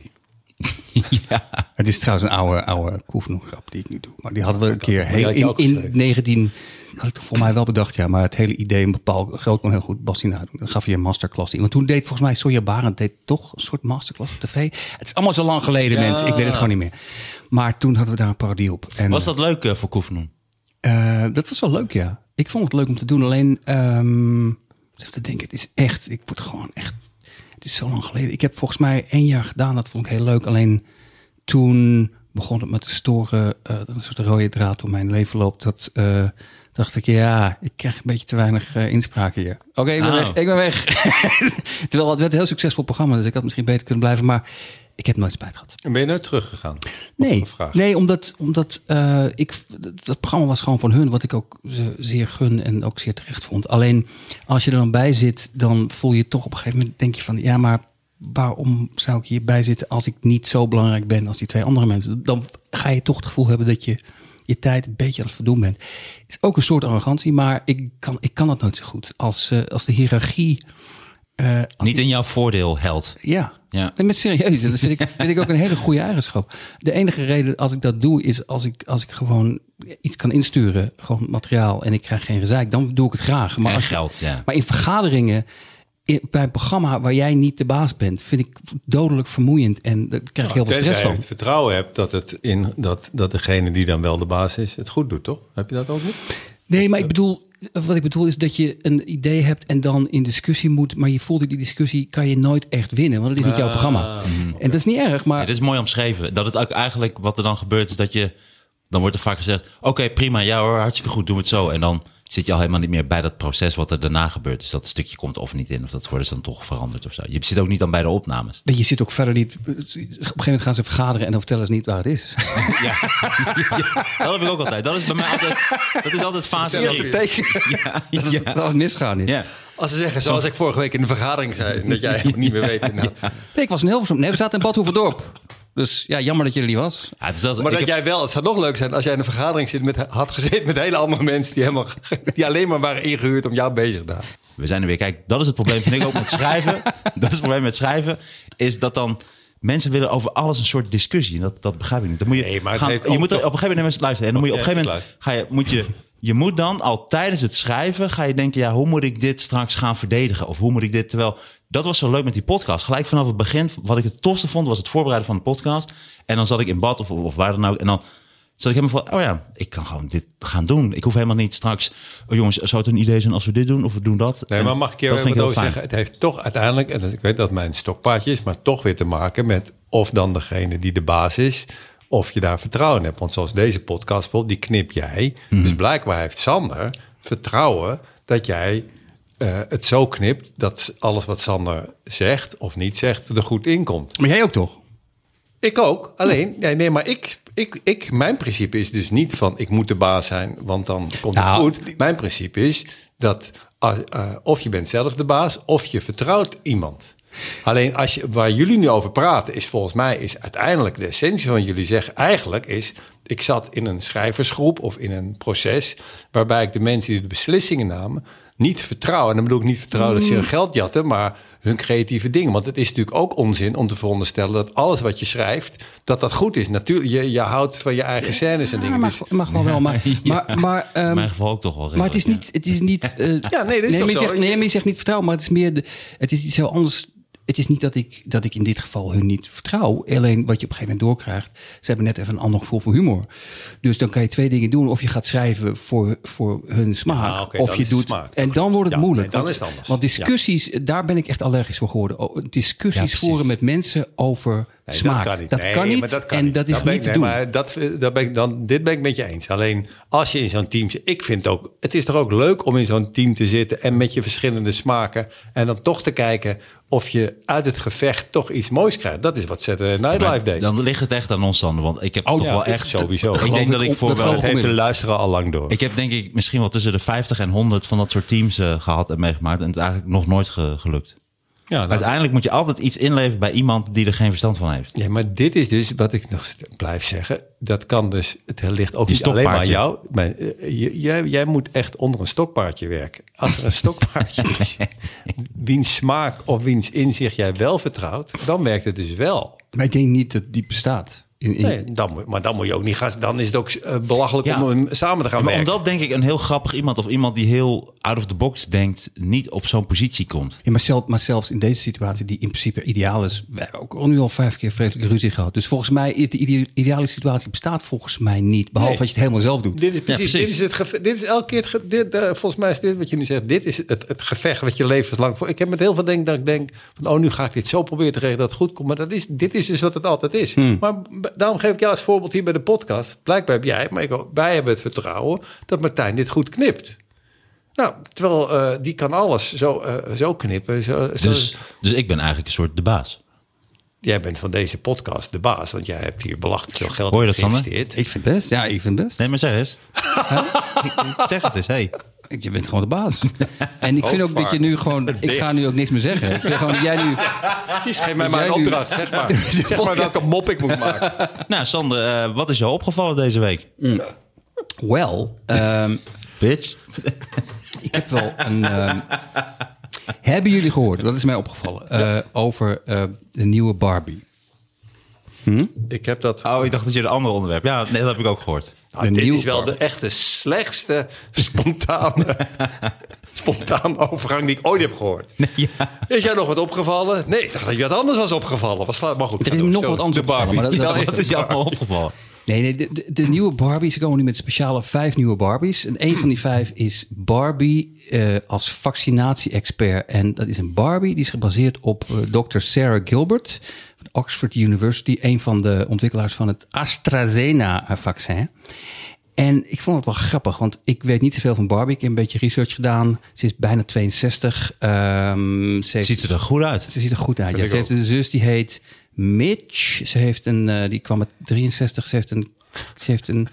E: Het is trouwens een oude, oude grap die ik nu doe. Maar die hadden we een keer
F: die
E: heel
F: had je
E: in,
F: ook
E: in
F: geschreven.
E: 19... Had ik voor mij wel bedacht, ja. Maar het hele idee, een bepaald groot man heel goed Bastien nadoen. Dan gaf je een masterclass. in. Want toen deed volgens mij Sonja Barend deed toch een soort masterclass op tv. Het is allemaal zo lang geleden, mensen. Ik weet het gewoon niet meer. Maar toen hadden we daar een parodie op. En,
C: Was dat leuk eh, voor Koefnoen?
E: eh, dat was wel leuk, ja. Ik vond het leuk om te doen. Alleen, ehm, even te denken, het is echt, ik word gewoon echt, het is zo lang geleden. Ik heb volgens mij één jaar gedaan, dat vond ik heel leuk. Alleen toen begon het me te storen, eh, dat een soort rode draad door mijn leven loopt. Dat eh, dacht ik, ja, ik krijg een beetje te weinig eh, inspraak hier. Oké, ik ben
C: Oh.
E: weg, ik ben weg. Terwijl het werd een heel succesvol programma, dus ik had misschien beter kunnen blijven. Maar ik heb nooit spijt gehad.
F: En ben je nou teruggegaan?
E: Nee,
F: Vraag.
E: nee omdat, omdat eh, ik, dat- dat programma was gewoon van hun, wat ik ook ze zeer gun en ook zeer terecht vond. Alleen als je er dan bij zit, dan voel je toch op een gegeven moment, denk je van ja, maar waarom zou ik hierbij zitten als ik niet zo belangrijk ben als die twee andere mensen? Dan ga je toch het gevoel hebben dat je je tijd een beetje aan het verdoen bent. Het is ook een soort arrogantie, maar ik kan, ik kan dat nooit zo goed. Als, eh, als de hiërarchie,
C: Niet in jouw voordeel, held.
E: ja,
C: Ja.
E: Nee, met serieus. Dat vind ik, vind ik ook een hele goede eigenschap. De enige reden als ik dat doe is als ik, als ik gewoon iets kan insturen, gewoon materiaal en ik krijg geen gezeik, dan doe ik het graag. Maar
C: En
E: als je-
C: geld, ja.
E: Maar in vergaderingen, in- bij een programma waar jij niet de baas bent, vind ik dodelijk vermoeiend en daar krijg ik heel veel
F: Tenzij
E: stress
F: je
E: van.
F: het vertrouwen hebt dat, het in, dat, dat degene die dan wel de baas is, het goed doet, toch? Heb je dat ook niet?
E: Nee, maar ik bedoel, wat ik bedoel is dat je een idee hebt en dan in discussie moet, maar je voelt dat die discussie kan je nooit echt winnen, want het is niet jouw programma. En dat is niet erg, maar
C: Het is mooi omschreven. Dat het ook eigenlijk wat er dan gebeurt is dat je... Dan wordt er vaak gezegd, oké, prima, ja hoor, hartstikke goed, doen we het zo. En dan zit je al helemaal niet meer bij dat proces wat er daarna gebeurt. Dus dat stukje komt of niet in, of dat worden ze dan toch veranderd of zo. Je zit ook niet dan bij de opnames.
E: Nee, Je zit ook verder niet. Op een gegeven moment gaan ze vergaderen en dan vertellen ze niet waar het is.
C: Dat heb ik ook altijd. Dat is bij mij altijd, dat is altijd fase
F: Dat is
C: drie.
F: het
E: teken
C: Ja, ja,
E: dat het misgaan is.
C: ja.
F: Als ze zeggen, zoals ik vorige week in de vergadering zei, dat jij niet meer weet.
E: Nee, ik was in Hilversum. Nee, we zaten in Badhoevedorp. Dus ja, jammer dat je er niet was.
C: Ja, het is zelfs-
F: Maar
C: ik
F: dat
C: heb-
F: jij wel, het zou nog leuk zijn als jij in een vergadering zit met, had gezeten met hele andere mensen die, helemaal, die alleen maar waren ingehuurd om jou bezig te houden.
C: We zijn er weer. Kijk, dat is het probleem vind ik ook met schrijven. Dat is het probleem met schrijven. Is dat dan mensen willen over alles een soort discussie. En Dat, dat begrijp ik niet. Dan moet je,
F: Nee, maar het
C: gaan,
F: heeft
C: je
F: ook
C: moet er
F: toch-
C: op een gegeven moment mensen luisteren. En dan moet je op een
F: Ja,
C: gegeven moment ga je, moet je, je moet dan al tijdens het schrijven ga je denken, ja, hoe moet ik dit straks gaan verdedigen? Of hoe moet ik dit? Terwijl dat was zo leuk met die podcast. Gelijk vanaf het begin, wat ik het tofste vond, was het voorbereiden van de podcast. En dan zat ik in bad of, of waar dan ook. En dan zat ik helemaal van, oh ja, ik kan gewoon dit gaan doen. Ik hoef helemaal niet straks, oh jongens, zou het een idee zijn als we dit doen of we doen dat?
F: Nee,
C: En
F: maar mag ik je
C: dat vind
F: wat
C: ik
F: over
C: heel fijn.
F: zeggen? Het heeft toch uiteindelijk, en dat- ik weet dat mijn stokpaardje is, maar toch weer te maken met of dan degene die de baas is, of je daar vertrouwen in hebt. Want zoals deze podcast bijvoorbeeld, die knip jij.
C: Mhm.
F: Dus blijkbaar heeft Sander vertrouwen dat jij eh, het zo knipt dat alles wat Sander zegt of niet zegt er goed in komt.
E: Maar jij ook toch?
F: Ik ook. Alleen, nee, nee maar ik, ik, ik, mijn principe is dus niet van ik moet de baas zijn, want dan komt het
E: Nou,
F: goed. Mijn principe is dat ah, eh, of je bent zelf de baas, of je vertrouwt iemand. Alleen als je, waar jullie nu over praten, is volgens mij is uiteindelijk de essentie van wat jullie zeggen eigenlijk is. Ik zat in een schrijversgroep of in een proces waarbij ik de mensen die de beslissingen namen niet vertrouwen. En dan bedoel ik niet vertrouwen
E: Mm.
F: dat ze hun geld jatten, maar hun creatieve dingen. Want het is natuurlijk ook onzin om te veronderstellen dat alles wat je schrijft, dat dat goed is. Natuurlijk, je, je houdt van je eigen scènes en
E: Ja,
F: dingen.
E: mag,
F: Dus-
E: mag wel wel, maar... maar, maar ehm,
C: In mijn geval ook toch wel.
E: maar het is
C: redelijk,
E: niet... Het is niet eh,
F: Ja, nee, dat is
E: maar
F: toch
E: je
F: zo?
E: zegt, nee, maar je zegt niet vertrouwen, maar het is meer... De, het is iets heel anders. Het is niet dat ik, dat ik in dit geval hun niet vertrouw. Alleen wat je op een gegeven moment doorkrijgt... ze hebben net even een ander gevoel voor humor. Dus dan kan je twee dingen doen. Of je gaat schrijven voor, voor hun smaak.
F: Ah, oké,
E: of
F: dan
E: je
F: is het
E: doet...
F: smaak.
E: En dan wordt het
F: Ja,
E: moeilijk.
F: nee, dan
E: want-
F: is het anders.
E: Want discussies, daar ben ik echt allergisch voor geworden. Oh, Discussies
C: Ja, precies.
E: voeren met mensen over
F: Nee,
E: smaak.
F: Dat kan niet. Nee,
E: kan
F: maar
E: niet,
F: dat kan
E: en
F: niet.
E: dat is
F: ben
E: niet
F: ik-
E: te
F: nee,
E: doen.
F: Maar dat, dat ben ik dan, dit ben ik met je eens. Alleen als je in zo'n team zit. Ik vind het ook. Het is toch ook leuk om in zo'n team te zitten. En met je verschillende smaken. En dan toch te kijken of je uit het gevecht toch iets moois krijgt. Dat is wat Saturday Night Live deed.
C: Dan ligt het echt aan ons dan. Want ik heb
F: Oh,
C: toch
F: ja,
C: wel
F: dit
C: echt...
F: sowieso.
C: Ik
E: Geloof
C: denk dat
E: ik
C: ik
E: op-
C: voor
E: dat
C: wel...
E: geloof
F: dat
E: ik.
F: heeft de luisteraar al lang door.
C: Ik heb denk ik misschien wel tussen de 50 en 100 van dat soort teams eh, gehad en meegemaakt. En het is eigenlijk nog nooit ge- gelukt.
F: ja, nou,
C: Uiteindelijk moet je altijd iets inleveren bij iemand die er geen verstand van heeft.
F: Ja, maar dit is dus wat ik nog st- blijf zeggen. Dat kan dus, het ligt ook
C: Je
F: niet alleen maar aan
C: stokpaardje.
F: jou. Maar, eh, j- jij, jij moet echt onder een stokpaardje werken. Als er een stokpaardje is, wiens smaak of wiens inzicht jij wel vertrouwt, dan werkt het dus wel.
E: Maar ik denk niet dat die bestaat. In, in-
F: Nee, dan, moet- maar dan moet je ook niet gaan. Dan is het ook eh, belachelijk
C: Ja.
F: om hem samen te gaan
C: maar
F: werken.
C: omdat denk ik een heel grappig iemand of iemand die heel out of the box denkt, niet op zo'n positie komt.
E: Ja, maar, zelf, maar zelfs in deze situatie, die in principe ideaal is. We hebben ook al nu al vijf keer vreselijke ruzie gehad. Dus volgens mij is de ide- ideale situatie bestaat volgens mij niet. Behalve
F: Nee.
E: als je het helemaal zelf doet.
F: Dit is precies,
C: precies.
F: Dit, is het geve- dit is elke keer, het ge- dit, eh, volgens mij is dit wat je nu zegt, dit is het, het gevecht wat je levenslang voor. Ik heb met heel veel dingen dat ik denk, van, oh nu ga ik dit zo proberen te regelen dat het goed komt. Maar dat is, dit is dus wat het altijd is.
C: Hmm.
F: Maar b- daarom geef ik jou als voorbeeld hier bij de podcast. Blijkbaar heb jij, maar ik, ook- wij hebben het vertrouwen dat Martijn dit goed knipt. Nou, terwijl eh, die kan alles zo, eh, zo knippen. Zo, zo-
C: Dus, dus ik ben eigenlijk een soort de baas.
F: Jij bent van deze podcast de baas, want jij hebt hier belachelijk veel geld
C: Hoor je
F: in
C: dat, Sander?
F: geïnvesteerd.
E: Ik vind best. Ja, ik vind best.
C: Nee, maar zeg eens. zeg het eens, hé. Hey.
E: Ik- Je bent gewoon de baas. en ik vind ook dat je nu gewoon. Ik ga nu ook niks meer zeggen. Ik vind gewoon dat jij nu.
F: Precies, geef mij maar een
E: Jij nu-
F: opdracht. Zeg maar, zeg maar welke mop ik moet maken.
C: Nou, Sander, eh, wat is jou opgevallen deze week?
E: Wel, ehm,
C: Bitch.
E: ik heb wel een. ehm, hebben jullie gehoord? Dat is mij opgevallen. eh, over eh, de nieuwe Barbie.
F: Ik heb dat
C: Oh, ik dacht dat je een ander onderwerp. Ja, nee, dat heb ik ook gehoord.
F: Nou,
E: De
F: dit
E: nieuwe
F: is wel de
E: Barbie.
F: echte slechtste spontane, spontane overgang die ik ooit heb gehoord. Is jou nog wat opgevallen? Nee, ik dacht dat je wat anders was opgevallen. Wat slaat maar goed.
E: Er
F: ga
E: is
F: door.
E: nog
F: Zo,
E: wat anders
F: de Barbie.
E: opgevallen, maar dat-
F: Dan
E: dat
C: Wat
F: is
C: is
F: het
C: jou
F: Barbie.
C: allemaal opgevallen?
E: Nee, nee de, de, de nieuwe Barbies komen nu met speciale vijf nieuwe Barbies. En een van die vijf is Barbie eh, als vaccinatie-expert. En dat is een Barbie die is gebaseerd op eh, Dr. Sarah Gilbert van Oxford University. Een van de ontwikkelaars van het AstraZeneca-vaccin. En ik vond het wel grappig, want ik weet niet zoveel van Barbie. Ik heb een beetje research gedaan. Ze is bijna 62. Ehm, ze heeft-
C: Ziet ze er goed uit?
E: ze ziet er goed uit. Ja. Ze heeft een zus die heet Mitch. Ze heeft een, eh, die kwam met 63. Ze heeft een, ze heeft een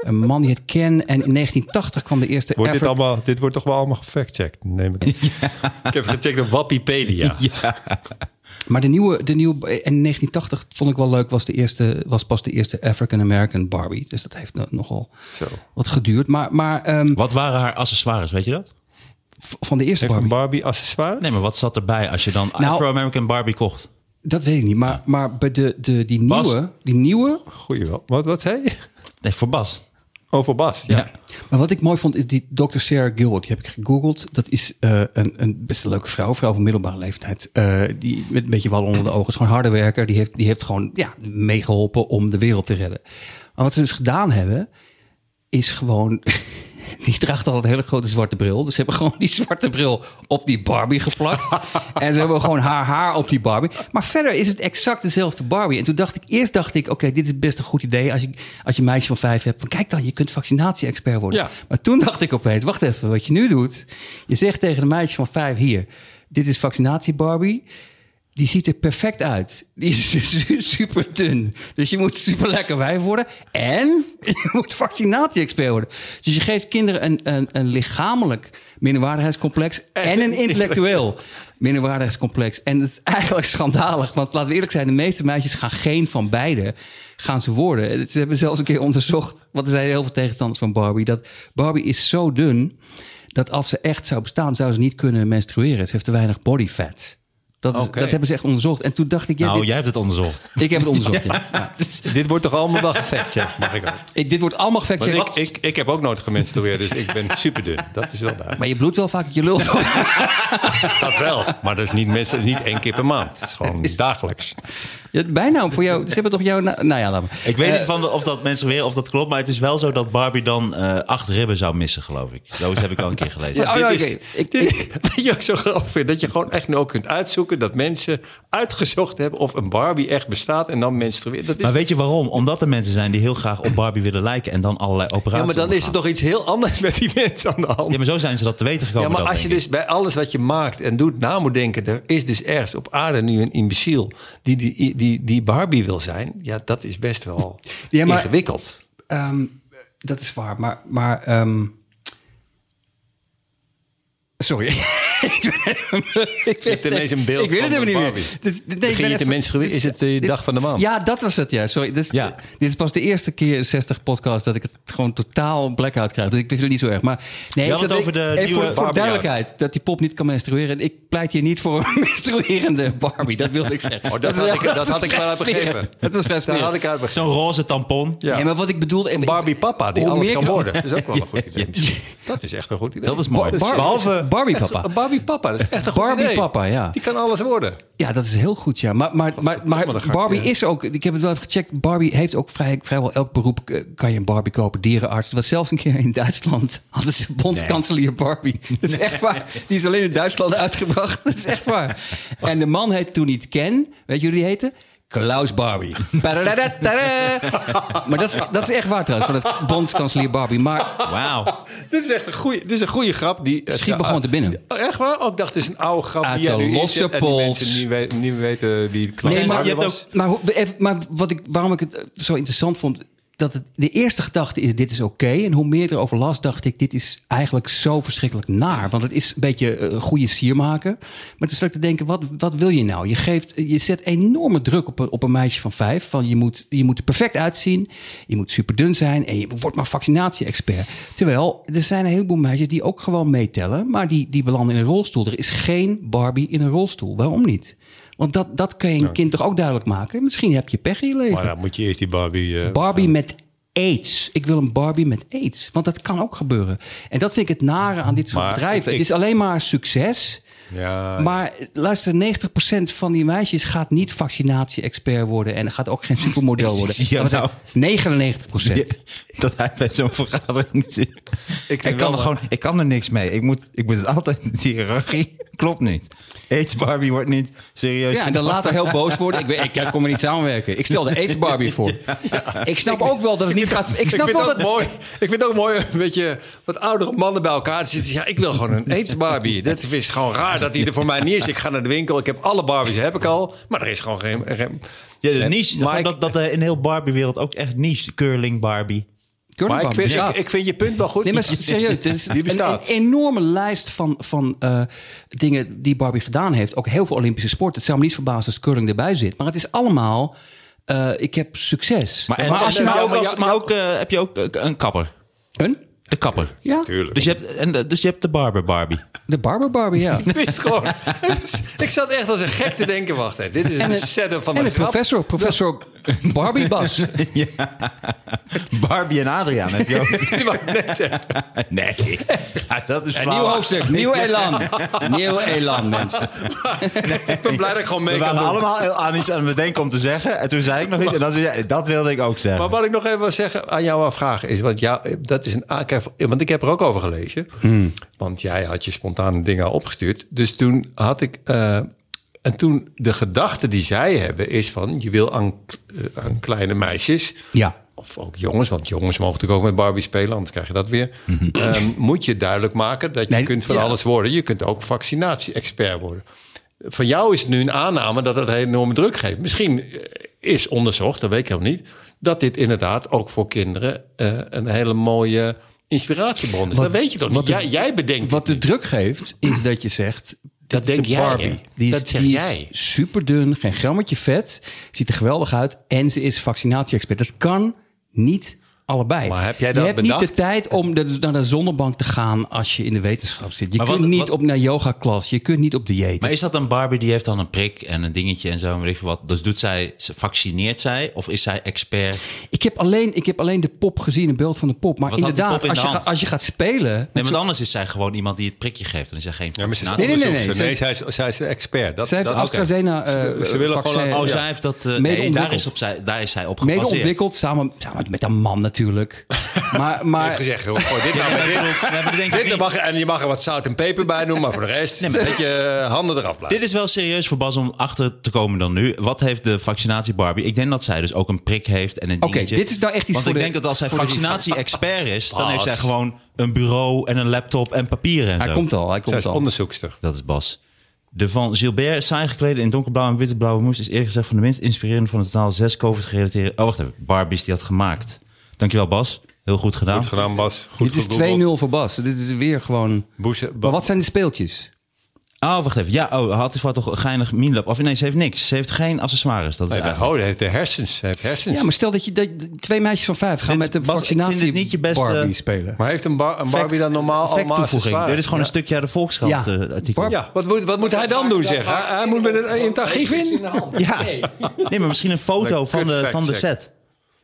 E: Een man die het Ken. En in 1980 kwam de eerste
F: Wordt dit,
E: ever-
F: allemaal, dit wordt toch wel allemaal gefactcheckt, neem ik. Ik heb gecheckt op Wapipedia.
E: Maar de nieuwe, de nieuwe, in 1980 vond ik wel leuk, was, de eerste, was pas de eerste African American Barbie. Dus dat heeft no- nogal
F: Zo.
E: wat geduurd. Maar, maar ehm,
C: Wat waren haar accessoires, weet je dat?
E: v- van de eerste
F: Heeft een
E: Barbie,
F: Barbie accessoire?
C: Nee, maar wat zat erbij als je dan
E: Nou-
C: Afro-American Barbie kocht?
E: dat weet ik niet. Maar, maar bij de, de, die,
C: Bas.
E: nieuwe, die nieuwe,
F: Goeie wel. Wat, wat zei je?
C: Nee, voor Bas.
F: Over Bas. Ja.
E: maar wat ik mooi vond, is die Dr. Sarah Gilbert, die heb ik gegoogeld. Dat is eh, een, een best een leuke vrouw, vrouw van middelbare leeftijd. Eh, die met een beetje wel onder de ogen is gewoon harde werker. Die heeft, die heeft gewoon ja, meegeholpen om de wereld te redden. Maar wat ze dus gedaan hebben, is gewoon. Die draagt al een hele grote zwarte bril. Dus ze hebben gewoon die zwarte bril op die Barbie geplakt. en ze hebben gewoon haar haar op die Barbie. Maar verder is het exact dezelfde Barbie. En toen dacht ik, eerst dacht ik, oké, dit is best een goed idee. Als je, als je een meisje van vijf hebt, van kijk dan, je kunt vaccinatie-expert worden.
F: Ja.
E: Maar toen dacht ik opeens, wacht even, wat je nu doet. Je zegt tegen een meisje van vijf, hier, dit is vaccinatie-Barbie. Die ziet er perfect uit. Die is super dun. Dus je moet super lekker wijf worden. En je moet vaccinatie-expert worden. Dus je geeft kinderen een, een, een lichamelijk minderwaardigheidscomplex. En een intellectueel minderwaardigheidscomplex. En het is eigenlijk schandalig. Want laten we eerlijk zijn, de meeste meisjes gaan geen van beide gaan ze worden. En Ze hebben zelfs een keer onderzocht. Want er zijn heel veel tegenstanders van Barbie. Dat Barbie is zo dun. Dat als ze echt zou bestaan, zou ze niet kunnen menstrueren. Ze heeft te weinig body fat. Dat, is-
F: Oké.
E: dat hebben ze echt onderzocht. En toen dacht ik, ja,
C: nou,
E: dit-
C: jij hebt het onderzocht.
E: ik heb het onderzocht. ja. Ja.
F: Dit wordt toch allemaal wel gefactcheckt, mag ik ook.
E: Ik, dit wordt allemaal
F: Maar
E: gefactcheckt.
F: ik,
E: Maar,
F: ik, ik heb ook nooit gemenstrueerd, dus ik ben superdun. Dat is wel duidelijk.
E: je bloedt wel vaak uit je lul.
F: Dat wel, maar dat is niet, mensen, dat is niet één keer per maand. Het is gewoon dagelijks.
E: Ja, bijnaam voor jou. Ze hebben toch jouw... na- nou ja, laat maar.
C: Ik weet
E: Eh,
C: niet van de- of dat mensen weer of dat klopt, maar het is wel zo dat Barbie dan eh, acht ribben zou missen, geloof ik. Zo heb ik al een keer gelezen.
E: Ja, oh,
F: Dit
E: nou,
F: is-
E: oké. Ik- ik-
F: Weet je wat ik zo grappig vind? Dat je gewoon echt nu ook kunt uitzoeken dat mensen uitgezocht hebben of een Barbie echt bestaat en dan menstrueert. Dat is
C: Maar weet je waarom? Omdat er mensen zijn die heel graag op Barbie willen lijken en dan allerlei operaties.
F: ja, maar dan is er
C: ondergaan.
F: toch iets heel anders met die mensen aan de hand.
C: Ja, maar zo zijn ze dat te weten gekomen.
F: Ja, maar
C: dan,
F: als je
C: denk
F: dus bij alles wat je maakt en doet na moet denken... er is dus ergens op aarde nu een imbeciel die die, die, die Barbie wil zijn. Ja, dat is best wel
E: Ja, maar-
F: ingewikkeld.
E: Ehm, dat is waar, maar... maar ehm, Sorry. ik
F: hebt ineens een beeld
E: Ik weet het
F: van
E: even niet meer.
F: Barbie.
E: Dit- dit- nee, ik ben
F: Begin je te
E: even-
F: menstrueren?
E: dit-
F: Is het de
E: dit-
F: dag van de maan?
E: Ja, dat was het. Ja, sorry. Dit is,
F: Ja.
E: dit is pas de eerste keer in 60 podcast dat ik het gewoon totaal een blackout krijg. Dus ik vind het niet zo erg. Maar nee,
C: Je
E: ik
C: had het
E: zat-
C: over de
E: even
C: nieuwe
E: voor, voor
C: Barbie
E: duidelijkheid dat die pop niet kan menstrueren. Ik pleit hier niet voor een menstruerende Barbie. Dat wilde ik zeggen.
F: Oh, dat had ik- dat
E: is
F: had ik wel
E: vrij
F: begrepen.
E: smerig. Dat is best
F: Daar had ik
C: ik.
F: uit
C: Zo'n roze tampon.
F: Ja.
E: Nee, maar wat ik bedoelde...
F: Een Barbie papa die
E: Hoe
F: alles
E: meer
F: kan
E: ik-
F: worden. Dat is ook wel een goed idee. Dat is echt een goed idee.
C: Dat is mooi. Behalve
E: Barbie papa.
F: Een Barbie papa, dat is echt een goed
E: Barbie
F: idee.
E: papa, ja.
F: Die kan alles worden.
E: Ja, dat is heel goed, ja. Maar, maar, maar, maar
F: dan ga ik,
E: Barbie
F: eh,
E: is ook... Ik heb het wel even gecheckt. Barbie heeft ook vrij, vrijwel elk beroep... eh, kan je een Barbie kopen. Dierenarts. Er was zelfs een keer in Duitsland... hadden ze bondskanselier Barbie. Dat is echt waar. Die is alleen in Duitsland uitgebracht. Dat is echt waar. En de man heet toen niet Ken. Weet jullie heten? Klaus Barbie. Padadadadada. Maar dat is, dat is echt waar trouwens, van het bondskanselier Barbie. Maar
C: Wauw.
F: Dit is echt een goede, dit is een goede grap. Die,
E: schiet me gewoon te binnen.
F: Oh, echt waar? Ook dacht, dit is een oude grap
E: Uit
F: die jij
E: de
F: nu
E: losse
F: inzet en die
E: pols.
F: mensen niet, we- niet weten wie het Klaus
E: Nee, maar
F: Barbie
C: je hebt
F: was.
C: ook-
E: Maar, hoe- even, maar wat ik, waarom ik het eh, zo interessant vond, dat het, de eerste gedachte is: dit is oké. En hoe meer ik erover las, dacht ik: dit is eigenlijk zo verschrikkelijk naar. Want het is een beetje eh, goede sier maken. Maar toen zat ik te denken: wat, wat wil je nou? Je, geeft, je zet enorme druk op een, op een meisje van vijf. Van je, moet, je moet er perfect uitzien. Je moet superdun zijn. En je wordt maar vaccinatie-expert. Terwijl er zijn een heleboel meisjes die ook gewoon meetellen. Maar die, die belanden in een rolstoel. Er is geen Barbie in een rolstoel. Waarom niet? Want dat, dat kan je een kind toch ook duidelijk maken? Misschien heb je pech in je leven.
F: Maar Oh, dan moet je eerst die Barbie... eh,
E: Barbie met AIDS. Ik wil een Barbie met AIDS. Want dat kan ook gebeuren. En dat vind ik het nare aan dit soort
F: Maar
E: bedrijven.
F: ik-
E: het is alleen maar succes.
F: Ja,
E: Maar luister, 90% van die meisjes gaat niet vaccinatie-expert worden. En gaat ook geen supermodel
C: Ik
E: worden.
C: zie jou
E: Dat
C: nou.
E: betekent 99%.
C: Dat hij bij zo'n vergadering zit. Ik,
F: vind
C: kan
F: wel,
C: er gewoon, ik kan er niks mee. Ik moet, ik moet het altijd. Die hiërarchie klopt niet. AIDS Barbie wordt niet serieus.
E: Ja, en dan later heel boos worden. Ik, weet- ik, ik kom er niet samenwerken. Ik stel de AIDS-Barbie voor. Ik snap ook wel dat het niet gaat... Ik snap
F: ik vind
E: wel
F: het ook
E: dat...
F: mooi. Ik vind het ook mooi een beetje wat oudere mannen bij elkaar zitten. Ja, ik wil gewoon een aids Barbie. Dat is gewoon raar dat die er voor mij niet is. Ik ga naar de winkel. Ik heb alle Barbies heb ik al, maar er is gewoon geen. geen
C: Ja, de niche.
F: Maar
C: gewoon
F: ik-
C: dat, dat eh, in heel Barbie-wereld ook echt niche. Curling Barbie.
F: Maar
E: Gördenbaum
F: ik vind,
E: bestaat.
F: ik, ik vind je punt wel goed.
E: Nee, maar serieus.
F: Die- die- Die
E: een,
F: bestaat.
E: een enorme lijst van, van eh, dingen die Barbie gedaan heeft. Ook heel veel Olympische sporten. Het zou me niet verbazen als curling erbij zit. Maar het is allemaal, eh, ik heb succes.
C: Maar, en-
E: als je
C: en- maar
E: nou...
C: ook, als- maar ook, eh, heb je ook eh, een kapper.
E: Een?
C: De kapper.
E: Ja,
F: Tuurlijk.
C: Dus je hebt, en, de- dus je hebt de barber Barbie.
E: de Barber Barbie, ja.
F: Ik wist gewoon. Het is- ik zat echt als een gek te denken. Wacht even, dit is een setup van
E: en
F: een
E: een
F: grap.
E: professor, professor Barbie Bas.
C: Barbie en Adriaan heb je ook.
F: Die wou ik net zeggen.
C: Nee, Ja, dat is
E: Een
C: flauw.
E: nieuw hoofdstuk, nieuw elan. Nieuw elan, mensen.
F: Ik ben blij dat ik gewoon mee
C: We
F: kan
C: waren
F: doen.
C: allemaal aan iets aan het bedenken om te zeggen. En toen zei ik nog iets. En dan zei jij, dat wilde ik ook zeggen.
F: Maar wat ik nog even wil zeggen aan jou vraag is, want jou, eh, dat is een aankrijg, want ik heb er ook over gelezen.
E: Hmm.
F: Want jij had je spontane dingen opgestuurd. Dus toen had ik. eh, en toen de gedachte die zij hebben is van je wil aan, eh, aan kleine meisjes.
E: Ja.
F: Of ook jongens, want jongens mogen natuurlijk ook met Barbie spelen, anders krijg je dat weer. Ehm, moet je duidelijk maken dat je
E: Mhm. Nee,
F: kunt van
E: ja.
F: alles worden. Je kunt ook vaccinatie-expert worden. Van jou is het nu een aanname dat het een enorme druk geeft. Misschien eh, is onderzocht, dat weet ik helemaal niet, dat dit inderdaad ook voor kinderen eh, een hele mooie inspiratiebron is.
E: Wat-
F: dat weet je toch
E: wat
F: niet?
E: de-
F: Jij, jij bedenkt
E: Wat
F: het
E: de druk geeft, is dat je zegt... Dat
F: denk
E: de
F: jij, hè?
E: Barbie. Die is,
F: Dat zeg
E: die
F: jij.
E: is super dun, geen grammetje vet. Ziet er geweldig uit. En ze is vaccinatie-expert. Dat kan niet allebei.
F: Maar heb jij dat
E: je hebt
F: bedacht?
E: niet de tijd om de- naar de zonnebank te gaan als je in de wetenschap zit. Je
C: Maar
E: kunt
C: wat-
E: niet
C: wat-
E: op naar yogaklas. Je kunt niet op dieet.
C: Maar is dat een Barbie die heeft dan een prik en een dingetje en zo? en Weet ik veel wat. Dus doet zij, ze- vaccineert zij of is zij expert?
E: Ik heb, alleen, ik heb alleen de pop gezien, een beeld van de pop. Maar
C: Wat had die
E: inderdaad,
C: pop in
E: als,
C: de
E: je
C: hand?
E: ga- als je gaat spelen...
C: Nee, want anders is zij gewoon iemand die het prikje geeft. En is zij geen
F: Ja, maar ze is
C: vaccinatie.
E: Nee, nee, nee, nee. Zij-
F: onderzoekster. zij, is, zij is de expert. Dat,
E: Zij heeft
F: dat-
E: de
F: oké.
E: AstraZena eh,
F: Ze- ze willen
E: vaccin-
F: gewoon-
C: Oh,
F: Ja.
C: zij heeft dat... eh,
E: Mede
C: nee, daar
E: ontwikkeld.
C: is, op zij, daar is zij op
E: Mede
C: gebaseerd.
E: ontwikkeld samen, samen met een man natuurlijk. Maar,
F: Ik heb
E: maar
F: gezegd, hoor, gooi dit nou maar in.
C: Nee, maar dat denk ik
F: Dit
C: niet.
F: mag, en je mag er wat zout en peper bij doen, maar voor de rest een beetje eh, handen eraf blijven.
C: Dit is wel serieus voor Bas om achter te komen dan nu. Wat heeft de vaccinatie Barbie? Ik denk dat zij dus ook een prik heeft en een
E: Oké,
C: dingetje.
E: dit is nou echt iets
C: Want
E: voor
C: ik
E: de-
C: denk dat als zij
E: voor de-
C: vaccinatie-expert is... dan heeft zij
F: Bas.
C: gewoon een bureau en een laptop en papieren en
E: hij
C: zo.
E: komt al, hij
F: Zij
E: komt
F: is
E: al.
F: onderzoekster.
C: Dat is Bas. De van Gilbert, saai gekleed in donkerblauw en witteblauwe moes... is eerlijk gezegd van de minst inspirerende van de totaal zes COVID-gerelateerde... Oh, wacht even. Barbies die had gemaakt. Dankjewel, Bas. Heel goed gedaan.
F: Goed gedaan, Bas. Goed eh,
E: Dit is 2-0 voor Bas. Dit is weer gewoon... Maar wat zijn de speeltjes?
C: Oh, wacht even. Ja, oh, had hij toch een geinig Minlab? Of nee, ze heeft niks. Ze heeft geen accessoires. Dat is
F: Nee,
C: eigenlijk...
F: oh, hij heeft de hersens. Hij heeft hersens.
E: Ja, maar stel dat je dat, twee meisjes van vijf gaan met
C: Dit-
E: de
C: Bas, ik vind dit
E: vaccinatie
C: niet je beste-
E: Barbie spelen.
F: Maar heeft een, bar- een Barbie dan normaal allemaal
C: toevoeging.
F: accessoires?
C: Dit is gewoon een stukje uit de
E: Ja.
C: Volkskrant eh, artikel.
E: Barb-
F: Ja, wat moet, wat moet hij dan doen, zeg? Hij, hij moet met een, een targief in.
C: Ja. Nee, maar misschien een foto
F: Leuk,
C: van de,
F: kut
C: van de
F: fact-check.
C: set.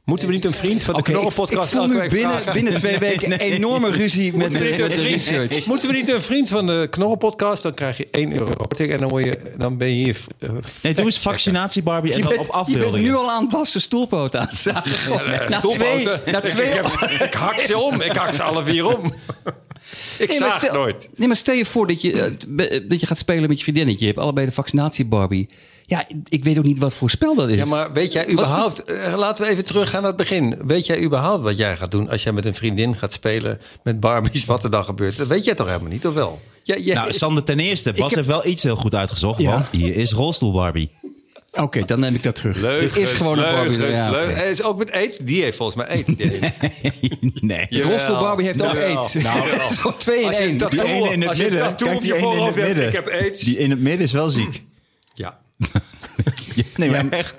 F: Moeten we niet een vriend van de
E: Oké, ik, ik
F: Knorrelpodcast
E: voel
F: elke
E: nu
F: week
E: binnen,
F: vragen?
E: binnen twee weken enorme ruzie met, de-
F: Moeten we, niet
E: met
F: een
E: de
F: vriend,
E: research.
F: moeten we niet een vriend van de Knorrelpodcast? Dan krijg je 1 euro korting en dan, word je, dan ben je hier... eh,
C: Nee, toen is
F: fact-checker.
C: vaccinatie Barbie en
E: Je
C: dan
E: bent, je
C: op
E: bent nu
C: afbeeldingen.
E: al aan Bas' stoelpoot aan het zagen. Gewoon, na twee,
F: Stoelpoten.
E: na twee
F: ik, heb ze- ik hak ze om. Ik hak ze alle vier om. Ik
E: Nee, maar
F: zaag
E: stel-
F: nooit.
E: Nee, maar stel je voor dat je, eh, t- be- eh, dat je gaat spelen met je vriendinnetje. Je hebt allebei de vaccinatie Barbie. Ja, ik weet ook niet wat voor spel dat is.
F: Ja, maar weet jij überhaupt... eh, laten we even teruggaan naar het begin. Weet jij überhaupt wat jij gaat doen als jij met een vriendin gaat spelen... met Barbies, wat er dan gebeurt? Dat weet jij toch helemaal niet, of wel? Ja, ja,
C: Nou, Sander ten eerste. Bas
E: heb-
C: heeft wel iets heel goed uitgezocht.
E: Ja.
C: Want hier is rolstoel Barbie.
E: Oké, dan neem ik dat terug.
F: Leugens,
E: er is gewoon een Barbie.
F: leugens,
E: ja.
F: leugens. Hij is ook met aids. Die heeft volgens mij aids. die heeft-
C: nee.
E: De rolstoel Barbie heeft ook
F: Jawel.
E: aids. Nou, dat is gewoon twee in
F: Als je
E: één.
F: dat-
C: Die ene in het
F: Als je
C: midden.
F: een tattoo
C: Kijk,
F: op
C: die
F: je
C: ene in
F: voorhoofd
C: het
F: hebt,
C: midden.
F: ik heb aids.
C: Die in het midden is wel ziek.
F: Ja. Mm.
C: Nee, maar echt.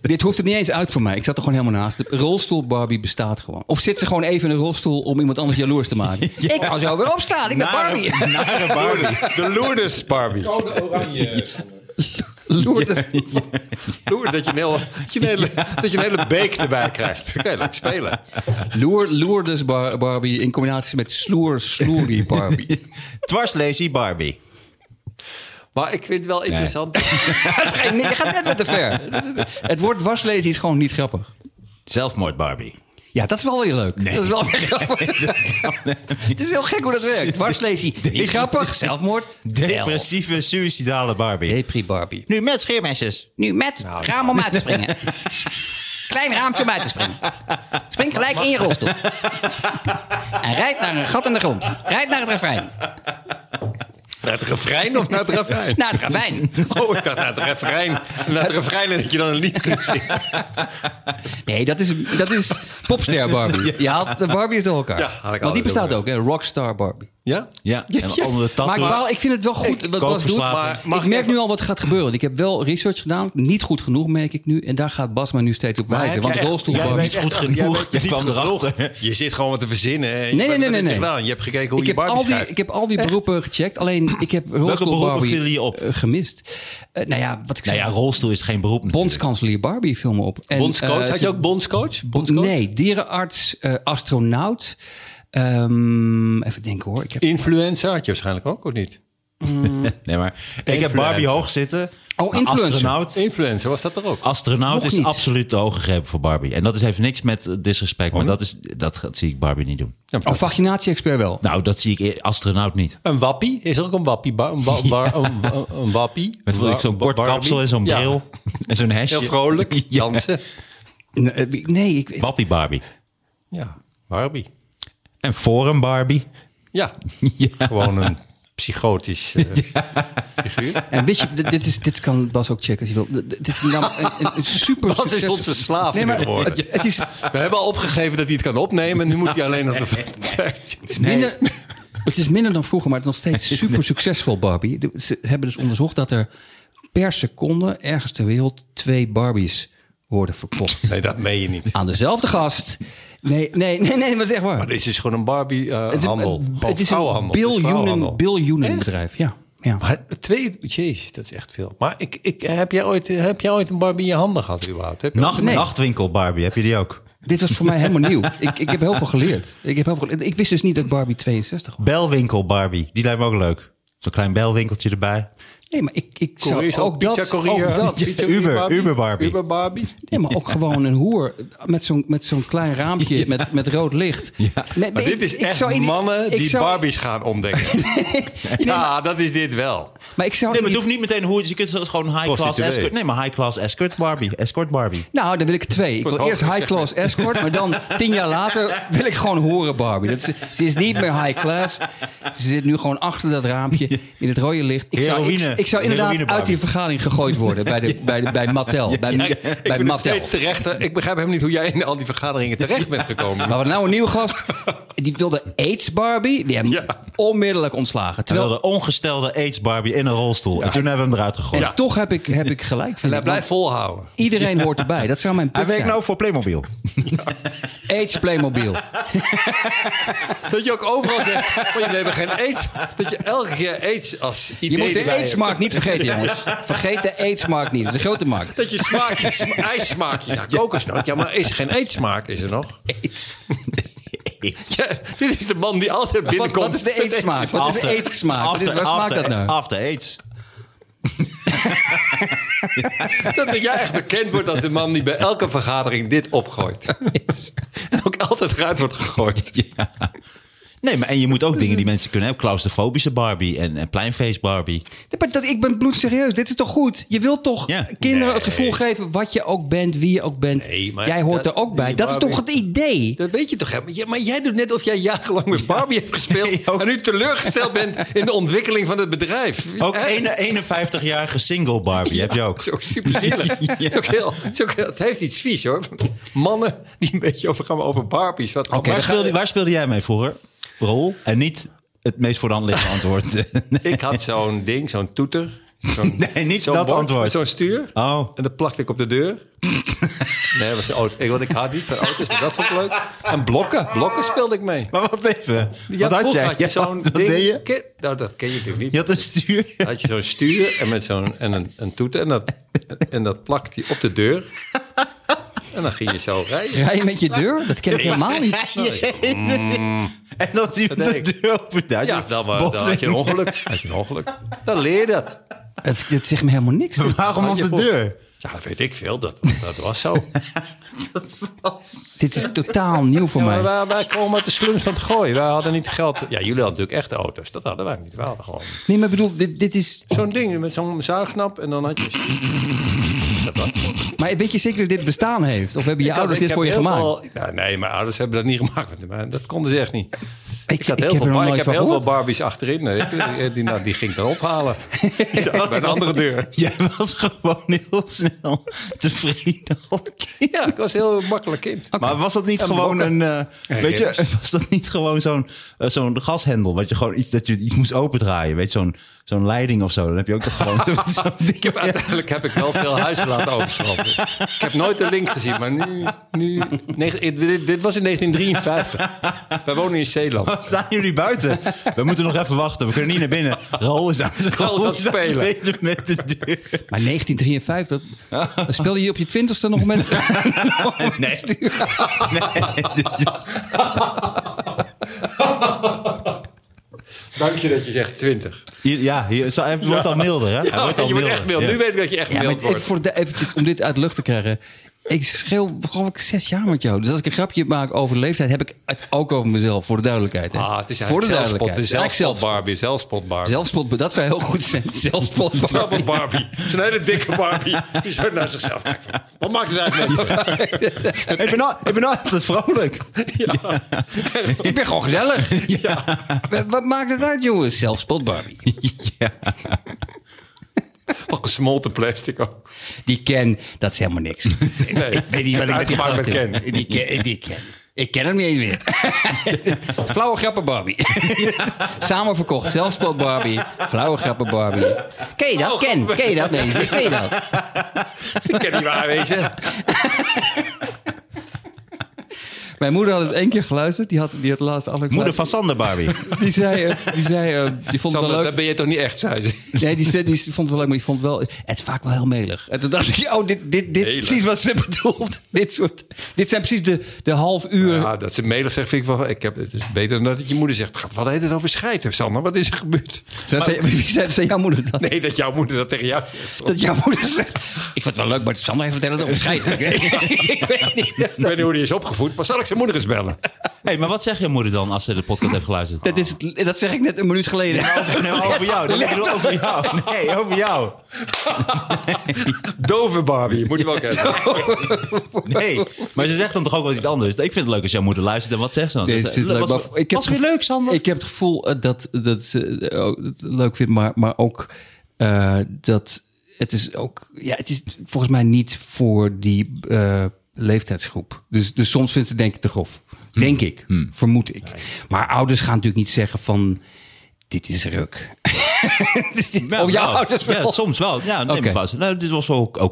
E: Dit hoeft er niet eens uit voor mij. Ik zat er gewoon helemaal naast. De rolstoel Barbie bestaat gewoon. Of zit ze gewoon even in een rolstoel om iemand anders jaloers te maken? Ik kan zo weer opstaan. Ik ben
F: Nou,
E: Barbie.
C: Nare, nare Barbie.
F: De Lourdes Barbie.
E: Lourdes.
F: Lourdes, dat je een, heel, dat je een hele, dat je een hele beek erbij krijgt. Dan kan je leuk spelen.
E: Loer, Lourdes Bar- Barbie in combinatie met Sloer Sloerie Barbie.
C: Dwars lazy Barbie.
F: Maar ik vind het wel interessant.
E: Nee, je gaat net wat te ver. Het woord waslezen is gewoon niet grappig.
C: Zelfmoord Barbie.
E: Ja, dat is wel weer leuk. Dat is wel weer grappig. Het is heel gek hoe dat werkt. Dwarslesie, niet grappig. Zelfmoord, wel.
C: Depressieve, suïcidale Barbie.
E: Depri Barbie.
C: Nu met scheermesjes.
E: Nu met raam om uit te springen. Klein raampje om uit te springen. Spring gelijk in je rolstoel. En rijd naar een gat in de grond. Rijd naar het refrein.
F: Naar het refrein of naar het refrein?
E: Naar het ravijn.
F: Oh, ik dacht naar het refrein. Naar het refrein en dat je dan een lied ging zingen.
E: Nee, dat is, dat is popster Barbie. Je haalt de Barbie's door elkaar.
F: Ja, haal ik
E: Want die
F: altijd
E: bestaat
F: door
E: ook, hè? Rockstar Barbie.
F: Ja?
C: Ja, en andere
E: maar ik,
C: tattoo.
E: wou- ik vind het wel goed wat Bas doet.
C: kookverslaafd.
E: Maar ik merk nu al wat gaat gebeuren. Want ik heb wel research gedaan. Niet goed genoeg, merk ik nu. En daar gaat Bas maar nu steeds op wijzen.
F: heb
E: Want
F: jij echt-
E: rolstoel
F: jij
E: Barbie...
F: weet
C: Niet goed
F: Jij bent
C: genoeg. Je
F: niet
C: kwam
F: goed
C: erachter.
F: Je zit gewoon wat te verzinnen. hè. Je
E: Nee, nee,
F: hebt
E: nee,
F: het
E: nee.
F: niet
E: nee.
F: gedaan. Je hebt gekeken hoe
E: ik
F: je
E: heb,
F: Barbie
E: al die,
F: schrijft.
E: ik heb al die beroepen gecheckt. Alleen ik heb rolstoel
C: beroepen
E: Barbie
C: vielen je op?
E: eh, gemist. Eh, nou ja, wat ik
C: Nou
E: zei.
C: ja, rolstoel is geen beroep natuurlijk.
E: Bondskanselier Barbie filmen op. En,
F: Bondscoach?
E: eh,
F: Had je ook bondscoach? bondscoach?
E: Nee, dierenarts, eh, astronaut. Ehm, even denken hoor. Ik heb...
F: Influencer had je waarschijnlijk ook, of niet?
C: Nee, maar ik heb Barbie hoog zitten. maar
E: influencer.
C: astronaut.
F: Influencer, was dat er ook?
C: Astronaut
E: Nog
C: is
E: niet.
C: absoluut te hoog gegrepen voor Barbie. En dat is, heeft niks met eh, disrespect, maar dat, is, dat, zie ik Barbie niet doen.
E: Oh, vaccinatie-expert wel.
C: Nou, dat zie ik e- astronaut niet.
F: Een wappie? Is er ook een wappie? Ba- een, ba- bar- een, een- een wappie?
C: Met
F: Een wa-
C: zo'n kort
F: Barbie?
C: kapsel en zo'n
F: Ja.
C: bril en zo'n hesje.
F: Heel vrolijk. Jansen.
E: Nee, eh, Nee, ik, ik-
C: Wappie Barbie.
F: Ja, Barbie.
C: En Forum Barbie.
F: Ja,
C: Ja.
F: gewoon een psychotisch eh, figuur.
E: en weet je, dit- dit, is, dit kan Bas ook checken als hij wil. D- Dit is namelijk een, een, een super
F: Bas is
E: succesvol-
F: onze slaaf
E: Nee, maar
F: nu geworden.
E: het, het is
F: We hebben al opgegeven dat hij het kan opnemen. Nu moet hij alleen nog de feitjes.
E: minder... Het is minder dan vroeger, maar het is nog steeds super succesvol, Barbie. De- Ze hebben dus onderzocht dat er per seconde ergens ter wereld twee Barbies worden verkocht.
F: Nee, dat meen je niet.
E: Aan dezelfde gast. Nee, nee, nee, nee, maar zeg maar.
F: Maar dit is gewoon een eh,
E: Het is-
F: Barbie-handel.
E: het- Het is een biljoenen, biljoenen bedrijf. Ja, ja.
F: Maar twee, jezus, dat is echt veel. Maar ik, ik, heb, jij ooit, heb jij ooit een Barbie in je handen gehad überhaupt? Heb je
C: Nacht,
E: Nee.
C: Nachtwinkel Barbie, heb je die ook?
E: Dit was voor mij helemaal nieuw. Ik, ik heb heel veel geleerd. Ik, heb heel veel geleerd. ik wist dus niet dat Barbie 62 was.
C: Belwinkel Barbie, die lijkt me ook leuk. Zo'n klein belwinkeltje erbij.
E: Nee, maar ik, ik zou
F: Courier,
E: Nou, ook,
F: ook
E: dat...
F: pizza courier.
E: ook dat.
F: Pizza
C: Uber,
F: Barbie.
C: Uber Barbie.
F: Uber Barbie.
E: Nee, maar ook gewoon een hoer met zo'n, met zo'n klein raampje met, met rood licht. Ja.
F: Maar dit is echt mannen die Barbies gaan ontdekken. ja, dat is dit wel.
E: Maar ik zou
C: Nee, maar het
E: niet-
C: hoeft niet meteen hoe het is. Je kunt zelfs gewoon high-class
F: Prostituee.
C: escort... Nee, maar high-class escort Barbie. Escort Barbie.
E: Nou, dan wil ik er twee. Ik
F: Voor het
E: wil eerst
F: hogere
E: high class escort, maar dan tien jaar later wil ik gewoon horen Barbie. Dat ze, ze is niet meer high class. Ze zit nu gewoon achter dat raampje in het rode licht. Ik zou, ik,
C: Heroïne.
E: ik zou
C: Heroïne
E: inderdaad
C: Barbie.
E: uit die vergadering gegooid worden bij, de, bij, de, bij Mattel. Bij,
F: Ik
E: bij
F: ben
E: Mattel.
F: steeds terecht. Ik begrijp helemaal niet hoe jij in al die vergaderingen terecht bent gekomen.
E: Maar wat nou een nieuwe gast, die wilde AIDS Barbie, die hebben
F: Ja.
E: onmiddellijk ontslagen.
C: Terwijl
E: Terwijl,
C: de ongestelde AIDS Barbie in een rolstoel. En toen hebben we hem eruit gegooid.
E: en toch heb ik, heb ik gelijk. vind ik.
F: Blijf volhouden.
E: Want Iedereen hoort erbij. Dat zou mijn
C: Hij
E: punt
C: werkt
E: zijn.
C: nou voor Playmobil.
E: AIDS Playmobil.
F: Dat je ook overal zegt, oh, jullie hebben geen aids. Dat je elke keer aids als
E: Je
F: idee
E: moet de
F: erbij hebt.
E: AIDS-markt niet vergeten, jongens. Vergeet de AIDS-markt niet. Dat is een grote markt.
F: Dat je smaak, sma- ijssmaakje, ja, kokosnoot. Ja, maar is er geen aidsmaak, is er nog?
E: AIDS.
F: Ja, dit is de man die altijd
E: Wat,
F: binnenkomt.
E: wat is de
F: met
E: aidsmaak? Wat is de aidsmaak? Wat is- Waar smaakt dat nou?
C: After AIDS.
F: Dat dat jij echt bekend wordt als de man die bij elke vergadering dit opgooit. En ook altijd eruit wordt gegooid.
C: Nee, maar en je moet ook dingen die mensen kunnen hebben. Claustrofobische Barbie en, en pleinface Barbie.
E: Nee, maar dat, ik ben bloedserieus. Dit is toch goed? Je wilt toch
C: Ja.
E: kinderen
F: Nee.
E: het gevoel geven wat je ook bent, wie je ook bent.
F: Nee, maar
E: Jij hoort
F: dat-
E: er ook bij.
F: die
E: Dat is toch het
F: Barbie-
E: idee?
F: Dat weet je toch, hè? Maar jij- Maar jij doet net of jij jarenlang met Barbie hebt gespeeld... en nu teleurgesteld bent in de ontwikkeling van het bedrijf.
C: Ook
F: Hè?
C: een- 51-jarige single Barbie heb je ook.
F: Het is ook super zielig.
C: Ja.
F: Het, is ook heel, het, is ook heel- het heeft iets vies hoor. Mannen die een beetje over gaan over Barbies. Wat
E: Oké,
C: Waar
E: dan
C: speelde, waar speelde jij mee vroeger? Rol? En niet het meest voor de hand liggende antwoord.
F: Ik had zo'n ding, zo'n toeter. Zo'n,
C: Nee, niet
F: zo'n
C: dat
F: bord
C: antwoord.
F: met Zo'n stuur.
C: Oh.
F: En dat plakte ik op de deur. nee, dat was een auto. Ik, want ik had niet van auto's, maar dat vond ik leuk. En blokken, blokken speelde ik mee.
C: Maar wat even.
F: Ja,
C: wat had
F: vroeger
C: jij?
F: je
C: Ja,
F: zo'n
C: wat
F: ding.
C: deed je?
F: Ken- nou, dat ken je natuurlijk niet.
C: Je had een stuur.
F: Dan had je zo'n stuur en met zo'n en een, een toeter. En dat, en dat plakte je op de deur. En dan ging je zo rijden.
E: Rij je met je deur? Dat ken ik helemaal niet.
C: En dan zie je
F: Dat deed
C: de
F: ik.
C: deur Nou, open. Daar
F: Ja,
C: zit
F: dan, eh, dan had je een
C: botsing.
F: ongeluk. Had je een ongeluk. Dan leer je dat.
E: Het, het zegt me helemaal niks. dit.
C: Waarom op
F: Had je
C: de
F: voor-
C: deur?
F: Ja, dat weet ik veel. Dat, dat was zo.
E: Dit is totaal nieuw voor
F: maar
E: mij.
F: wij, wij komen uit de slums van het gooien. Wij hadden niet geld. Ja, jullie hadden natuurlijk echte auto's. Dat hadden wij niet. We hadden gewoon
E: Nee, maar ik bedoel, dit, dit is...
F: zo'n ding met zo'n zuignap. En dan had je...
E: Maar weet je zeker dat dit bestaan heeft? Of hebben je ouders dit
F: Ik
E: voor je
F: heb heel
E: gemaakt?
F: veel- nou, nee, mijn ouders hebben dat niet gemaakt. Maar dat konden ze echt niet.
E: Ik,
F: Ik, zat
E: ik
F: heel
E: heb
F: veel,
E: er nog
F: bar- ik
E: nooit
F: heb
E: van
F: heel veel
E: gehoord.
F: Barbies achterin. eh, Die, die, nou, die ging ik dan ophalen. Bij een andere deur.
C: Jij was gewoon heel snel tevreden. als kind.
F: Ja, ik was een heel makkelijk kind.
C: Maar was dat niet
F: En
C: gewoon
F: blokken.
C: een. eh,
F: En
C: weet je,
F: ribbes.
C: was dat niet gewoon zo'n eh, zo'n gashendel? Wat je gewoon iets, dat je iets moest opendraaien. Weet je, zo'n zo'n leiding of zo. Dan heb je ook toch gewoon. zo'n ding.
F: Ik heb, uiteindelijk heb ik wel veel huizen laten overstromen. Ik heb nooit de link gezien, maar nu... nu negen- dit, dit was in 1953. Wij wonen in Zeeland.
C: Wat staan jullie buiten? We moeten nog even wachten. We kunnen niet naar binnen. Raoul is aan het,
F: Raoul is aan het spelen.
C: met de deur.
E: Maar 1953, dan speel je op je twintigste nog met...
C: Nee.
F: Dank je dat je zegt 20.
C: Hier- ja, hier, zo- hij wordt al milder. Hè? Hij wordt al
F: je wordt echt mild.
C: milder. Ja.
F: Nu weet ik dat je echt
E: Ja, maar
F: mild
E: even,
F: wordt.
E: voor de, eventjes om dit uit de lucht te krijgen. Ik scheel geloof ik zes jaar met jou. Dus als ik een grapje maak over de leeftijd, heb ik het ook over mezelf. Voor de duidelijkheid. hè.
F: Ah, het is
E: voor de
F: eigenlijk zelfspot. Het
E: duidelijkheid.
F: is
E: Ja, ik
F: zelfspot
E: zelf-
F: Barbie. Zelfspot Barbie.
E: zelfspot, dat zou heel goed zijn. Zelfspot.
F: Zelfspot Barbie. Zo'n hele dikke Barbie. Die zo naar zichzelf kijkt. van, Wat maakt het uit, mensen?
C: Ik ben, al, ik ben altijd vrolijk.
E: Ik ben gewoon gezellig. Wat- Wat maakt het uit, jongens? Zelfspot Barbie.
C: Ja.
F: Wat gesmolten plastic ook.
E: Die ken, dat is helemaal niks.
F: Nee,
E: Ik weet niet wat ik met die
F: Uitgemaakt
E: gast
F: met
E: doe.
F: Ken.
E: Die ken. Die ken. Ik ken hem niet eens meer. Flauwe grappen Barbie. Samen verkocht. Zelfspot Barbie. Flauwe grappen Barbie. Ken je dat? Ken. Ken je dat? Nee, ken je dat?
F: Ik ken die waarwezen.
E: Mijn moeder had het één keer geluisterd. Die had, die had laatst alle
C: Moeder van Sander Barbie.
E: Die zei, eh, die, zei eh, die vond het wel
F: Sander,
E: leuk.
F: dat ben je toch niet echt, zei ze.
E: Nee, die, zei- die vond het wel leuk, maar die vond het wel... Het is vaak wel heel melig. En toen dacht ik, oh, dit, dit, dit is
F: Melig.
E: precies wat ze bedoelt. Dit, soort, dit zijn precies de, de half uur...
F: Ja, dat ze melig zegt, vind ik wel... Ik heb, het is beter dan dat je moeder zegt... "Gaat, Wat heet het over schijten, Sander? Wat is er gebeurd?
E: Zij- zij- wie zei, zei jouw moeder dat?
F: Nee, dat jouw moeder dat tegen jou zegt.
E: Dat jouw moeder zegt... Ik vond het wel leuk, maar Sander heeft het hele tijd onderscheiden. Ik weet- ik weet niet.
F: Ik weet niet hoe die is opgevoed, maar zal ik zijn moeder eens bellen?
C: Hey, maar wat zeg je moeder dan als ze de podcast heeft geluisterd?
E: Dat, is het, dat zeg ik net een minuut geleden.
C: Nee, over jou. Dat bedoel ik over jou. Nee, over jou.
F: Dove Barbie, moet je wel kennen.
C: Nee. Maar ze zegt dan toch ook wel iets anders. Ik vind het leuk als jouw moeder luistert. En wat zegt ze dan? Ze
E: Nee,
C: zegt,
E: ze vindt het leuk,
C: was,
E: maar ik heb
C: was
E: het
C: weer
E: gevo-
C: leuk, Sander.
E: Ik heb het gevoel eh, dat, dat ze eh, ook het leuk vindt, maar, maar ook eh, dat het is ook... Ja, het is volgens mij niet voor die eh, leeftijdsgroep. Dus, dus soms vindt ze het denk ik te grof. Denk ik, vermoed ik. Maar ouders gaan natuurlijk niet zeggen van... Dit is ruk.
C: Ja,
E: of jouw
C: nou,
E: ouders wel.
C: Ja, soms wel. Ja, neem
E: Oké.
C: me vast. Nou, dit was wel oké.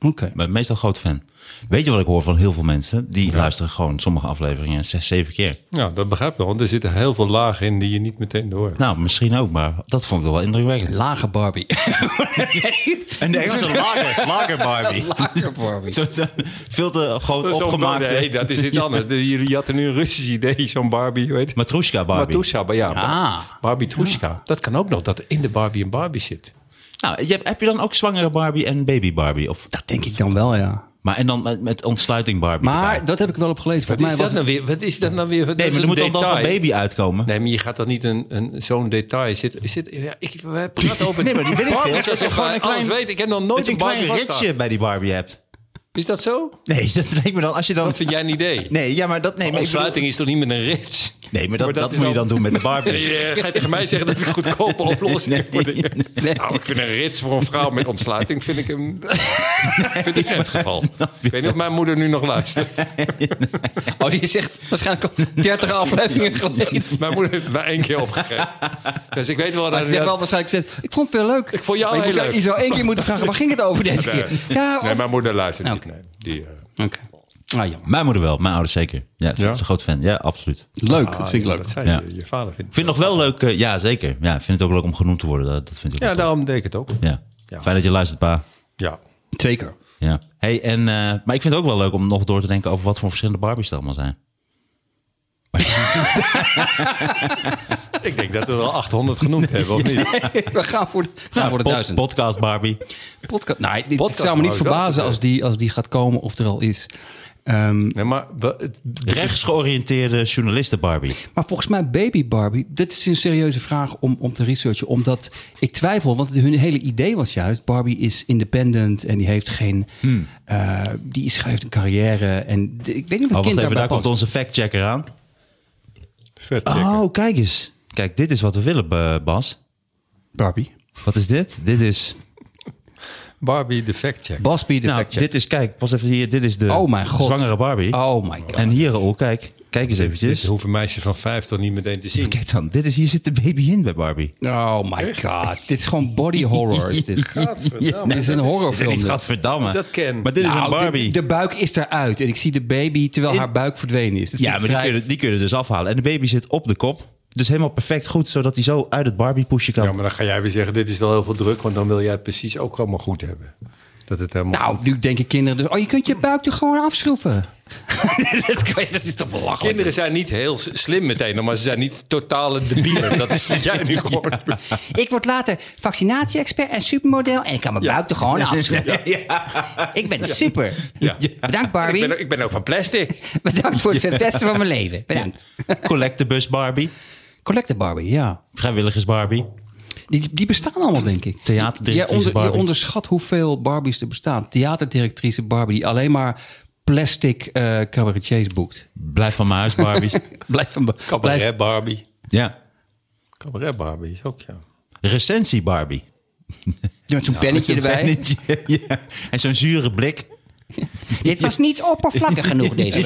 E: Oké.
C: Maar meestal groot fan. Weet je wat ik hoor van heel veel mensen? Die luisteren gewoon sommige afleveringen zes, zeven keer.
F: Ja, dat begrijp ik wel, want er zitten heel veel lagen in die je niet meteen door.
C: Nou, misschien ook, maar dat vond ik wel indrukwekkend.
E: Lage Barbie.
C: En de Engelse lager, lager Barbie.
E: Lage Barbie.
C: Zo, zo, veel te gewoon
F: Dat is
C: opgemaakt.
F: Nee, dat is iets anders. De- Jullie hadden nu een Russisch idee, zo'n Barbie, weet je.
C: Matroeska Barbie.
F: Matusha, maar ja.
E: Ah.
F: Barbie Trushka. Dat kan ook nog, dat er in de Barbie een Barbie zit.
C: Nou, je hebt, heb je dan ook zwangere Barbie en baby Barbie? Of,
E: Dat denk ik dan wel, ja.
C: maar, en dan met, met ontsluiting Barbie
E: Maar
C: erbij.
E: dat heb ik wel op gelezen.
F: Wat
E: Volgens
F: is
E: mij
F: dat
E: was
F: nou weer? Wat is dat nou weer?
C: Nee, maar er moet dan dan van baby uitkomen.
F: Nee, maar je gaat toch niet een, een, zo'n detail zitten. Zit, ja, ik we praten over.
C: Nee, maar die weet ik veel.
F: Barbies,
C: Dat
F: als
C: is
F: je
C: gewoon
F: gewoon
C: een klein-
F: alles weet. Ik heb nog
C: Dat
F: nooit
C: je
F: een
C: een klein
F: Barbie vastgehad.
C: ritsje bij die Barbie hebt.
F: Is dat zo?
C: Nee, dat lijkt me dan als je dan...
F: Dat vind jij een idee.
C: Nee, ja, maar dat... Nee, maar ik bedoel-
F: Ontsluiting is toch niet met een rits?
C: Nee, maar dat,
F: Maar dat
C: dat
F: is
C: moet je
F: dan-
C: dan doen met de Barbie.
F: Je gaat tegen mij zeggen dat ik een goedkope oplossing heb voor
C: nee,
F: dingen. Nou, ik vind een rits voor een vrouw met ontsluiting vind ik een... vind ik het geval. Ik weet niet of mijn moeder nu nog luistert.
E: Oh, die zegt waarschijnlijk al 30 afleveringen geleden.
F: Mijn moeder heeft het maar één keer opgegeven. Dus ik weet wel
E: Maar
F: dat...
E: ze zegt wel waarschijnlijk gezegd, ik vond het wel leuk.
F: Ik vond jou
E: Maar je
F: heel
E: zou-
F: leuk.
E: Je zou één keer moeten vragen, waar ging het over deze
F: Nee.
E: keer? Ja,
F: Nee,
E: of...
F: mijn moeder luistert
E: Oké.
F: niet. Nee, die, eh,
E: Oké. Ah, jammer.
C: Mijn moeder wel, mijn ouders zeker. Ja, dat
F: Ja?
C: is een groot fan. Ja, absoluut.
E: Leuk, dat vind ik
F: Ah, Dat
E: leuk.
F: zei
C: Ja.
F: je, je vader vindt.
C: Ik vind het nog wel leuk, eh, ja zeker. Ja, ik vind het ook leuk om genoemd te worden. Dat, dat vind ik ook
F: Ja,
C: wel
F: daarom deed ik het ook.
C: tof. ja. Fijn dat je luistert, pa.
F: Ja.
E: Zeker.
C: Ja. Hey, en, eh, maar ik vind het ook wel leuk om nog door te denken over wat voor verschillende Barbies er allemaal zijn.
F: Ik denk dat we wel 800 genoemd hebben, of niet?
E: We gaan voor de, we gaan voor de
C: Pod-
E: duizend.
C: Podcast Barbie.
E: Nou, Podcast. Nou, dit- het
F: Podcast
E: zou me niet
F: wou ik wel
E: verbazen als die, als die gaat komen of er al is. Ehm,
F: Nee, maar we- het-
C: Rechtsgeoriënteerde journalisten Barbie. Oh,
E: maar volgens mij Baby Barbie, dit is een serieuze vraag om, om te researchen. Omdat ik twijfel, want hun hele idee was juist... Barbie is independent en die heeft geen...
C: Hmm.
E: eh, die schrijft een carrière en de- ik weet niet of
C: Oh,
E: een kind
C: wacht even,
E: daarbij
C: daar komt
E: past.
C: onze fact-checker aan.
F: Vetchecken.
C: Oh, kijk eens. Kijk, dit is wat we willen, eh, Bas.
E: Barbie.
C: Wat is dit? Dit is...
F: Barbie de factcheck.
E: Basby de
C: Nou,
E: fact check.
C: dit is... Kijk, pas even hier. Dit is de
E: Oh mijn god.
C: zwangere Barbie.
E: Oh my god.
C: En hier, Raoul, kijk. Kijk eens
F: Dit
C: eventjes.
F: hoeven meisjes van vijf toch niet meteen te zien.
C: Kijk dan. Dit is, hier zit de baby in bij Barbie.
E: Oh my god. dit is gewoon body horror. Is dit. dit is een
C: Ik
E: horrorfilm.
C: niet,
E: dit.
C: gadverdamme.
F: Dat ken.
C: Maar dit is
E: Nou,
C: een Barbie.
E: dit- de buik is eruit. En ik zie de baby terwijl
C: In-
E: haar buik verdwenen is. Dat
C: ja,
E: vind
C: maar
E: ik
C: die
E: vrij-
C: kunnen, die kunnen dus afhalen. En de baby zit op de kop. Dus helemaal perfect goed, zodat hij zo uit het Barbie-poesje kan.
F: Ja, maar dan ga jij weer zeggen, dit is wel heel veel druk, want dan wil jij het precies ook allemaal goed hebben. Dat het helemaal...
E: Nou, nu denken kinderen dus... Oh, je kunt je buik er gewoon afschroeven. dat, kan je- dat is toch belachelijk.
F: Kinderen zijn niet heel s- slim meteen, maar ze zijn niet totale debielen. Dat is wat jij nu gewoon doet.
E: Ik word later vaccinatie-expert en supermodel. En ik kan mijn buik er gewoon afschroeven. Ik ben super.
F: Ja.
E: Bedankt,
F: Ik,
E: Barbie.
F: ben, ik ben ook van plastic.
E: Bedankt voor het beste van mijn leven. Bedankt.
C: Collectebus Barbie.
E: Collector Barbie, ja.
C: Vrijwilligers Barbie.
E: Die, die bestaan allemaal, denk ik.
C: Theaterdirectrice
E: Jij onder-
C: Barbie.
E: Je onderschat hoeveel Barbies er bestaan. Theaterdirectrice Barbie die alleen maar plastic eh cabaretiers boekt.
C: Blijf van mijn huis, Barbies.
E: Blijf van... blijf-
F: Cabaret Barbie.
C: ja.
F: Cabaret Barbie is ook, ja.
C: Recensie Barbie.
E: Met zo'n pennetje erbij.
C: Pennetje, ja. En zo'n zure blik.
E: Dit was niet oppervlakkig genoeg, deze.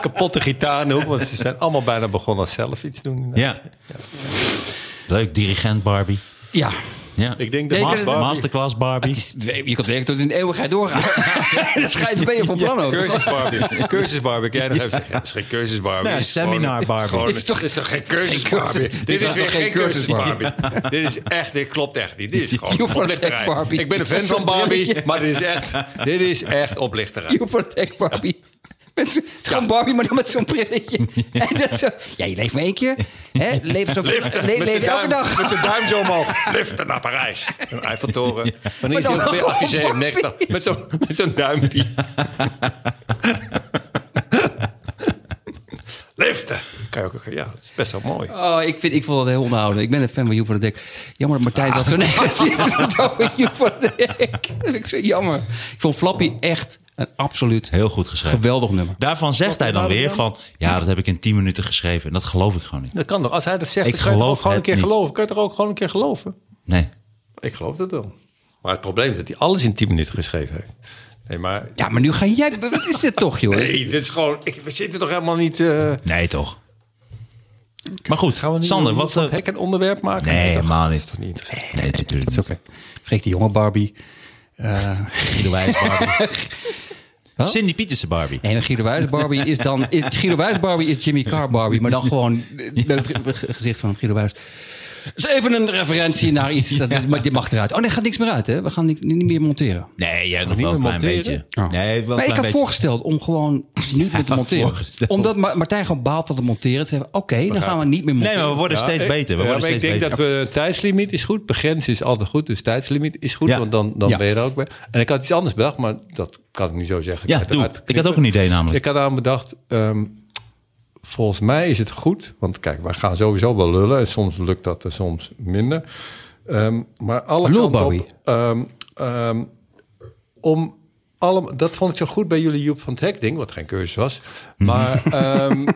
F: Kapotte gitaar ook, want ze zijn allemaal bijna begonnen als zelf iets doen.
C: Ja. Leuk, dirigent Barbie.
E: Ja.
C: Ja.
F: Ik denk de
E: Nee, ik
F: Maas
E: kan het-
F: Barbie.
C: Masterclass
E: Het
C: Barbie.
E: is, je kunt werken tot in de eeuwigheid doorgaan. dat ga je, ben je van plan over.
F: Cursus Barbie. Cursus Barbie. Kan jij nog even zeggen? Ja, Het is geen cursus Barbie.
C: Ja,
F: Het is gewoon-
C: seminar Barbie.
F: gewoon-
E: Het
F: Het
E: is
F: is
E: toch-
F: toch, geen cursus
E: geen cursus-
F: Barbie.
E: Dit
F: Dit
E: was
F: is weer
E: toch geen
F: geen cursus
E: cursus
F: Barbie. Dit is echt, dit klopt echt niet. Dit is
E: You
F: gewoon
E: for
F: oplichterij.
E: tech Barbie.
F: Ik ben een fan
E: Met zo'n
F: van Barbie,
E: brilletje.
F: maar dit is echt, dit is echt oplichterij.
E: You protect Barbie. Met zo, het is gewoon Barbie, maar dan met zo'n brilletje. En dat zo, ja, je leeft maar één keer. Hè? Leef, zo,
F: Liften.
E: le-
F: met
E: leef
F: zijn
E: elke
F: duim,
E: dag.
F: Met zijn duim zo omhoog. Liften naar Parijs. Een Eiffeltoren. Wanneer is
E: Maar
F: hij
E: dan
F: ongeveer
E: wel
F: 1897?
E: Barbie.
F: Met zo'n met zo'n duimpje. Liften. Kan je ook, ja, dat is best wel mooi.
E: Oh, ik, vind, ik vond dat heel onhouden. Ik ben een fan van Joep van der Dek. Jammer dat Martijn dat zo negatief vond over Joep van der Dek. Dat vind ik zo jammer. Ik vond Flappy echt een absoluut
C: Heel goed geschreven.
E: geweldig nummer.
C: Daarvan zegt hij dan weer van... Ja, dat heb ik in 10 minuten geschreven. En dat geloof ik gewoon niet.
F: Dat kan toch? Als hij dat zegt,
C: Ik
F: dan kan je het
C: geloof
F: ook gewoon een
C: het
F: keer
C: niet.
F: geloven. Kan je het er ook gewoon een keer geloven?
C: Nee.
F: Ik geloof dat wel. Maar het probleem is dat hij alles in 10 minuten geschreven heeft. Nee, maar...
E: Ja, maar nu ga jij... Wat is dit toch, joh?
F: Nee, dit is gewoon... Ik, we zitten toch helemaal niet... eh
C: Nee, toch. Maar goed, Sander, wat...
F: van het
C: eh,
F: hek een onderwerp maken?
C: Nee,
F: Dat is toch-
C: helemaal niet.
F: dat is toch niet interessant?
C: Nee, natuurlijk niet.
E: Oké. Freek de jonge Barbie.
C: Guido Wijs Barbie. Cindy Pietersen Barbie.
E: Nee, maar Guido Wijs Barbie is dan... Is, Guido Wijs Barbie is Jimmy Carr Barbie. Maar dan gewoon eh, met het ge- gezicht van Guido Wijs. Dus even een referentie naar iets. Dat, maar dit mag eruit. Oh nee, gaat niks meer uit, hè? We gaan niet, niet meer monteren.
C: Nee, jij nog wel een
F: meer
C: klein
F: monteren? Oh.
C: beetje. Nee, wel een
E: Maar ik
C: klein
E: had
C: beetje.
E: voorgesteld om gewoon niet meer te
C: had
E: monteren.
C: voorgesteld.
E: Omdat Ma- Martijn gewoon baalt van het monteren. Ze zeggen, oké, dan gaan we niet meer
C: Nee,
E: monteren.
C: maar we worden
F: Ja,
C: steeds
F: ik-
C: beter. We
F: ja,
C: worden
F: maar
C: steeds
F: ik denk
C: beter.
F: dat we eh, tijdslimiet is goed. Begrenzen is altijd goed. Dus tijdslimiet is goed.
C: Ja.
F: Want dan, dan
E: Ja.
F: ben je er ook bij. En ik had iets anders bedacht, maar dat kan ik niet zo zeggen.
C: Ja,
F: Ik had
C: doe.
F: eruit
C: Ik had ook
F: knippen.
C: een idee namelijk.
F: Ik had aan bedacht. ehm, volgens mij is het goed. Want kijk, wij gaan sowieso wel lullen. En soms lukt dat en soms minder. Ehm, maar alle
E: Lul,
F: kanten
E: Bobby.
F: op. ehm, ehm, om allemaal, dat vond ik zo goed bij jullie Joep van het Hek ding, wat geen cursus was. Maar ehm,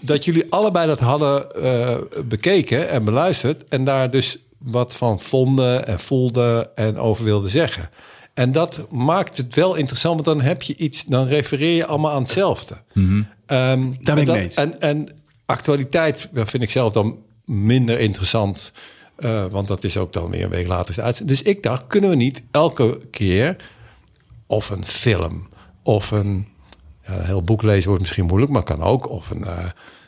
F: dat jullie allebei dat hadden eh, bekeken en beluisterd. En daar dus wat van vonden en voelden en over wilden zeggen. En dat maakt het wel interessant, want dan heb je iets, dan refereer je allemaal aan hetzelfde. Ehm,
E: Daar ben ik
F: en dat-
E: mee eens.
F: En, en actualiteit ja, vind ik zelf dan minder interessant. eh, want dat is ook dan weer een week later. is de uitzending. Dus ik dacht, kunnen we niet elke keer of een film, of een, ja, een heel boek lezen wordt misschien moeilijk, maar kan ook. Of, een, eh,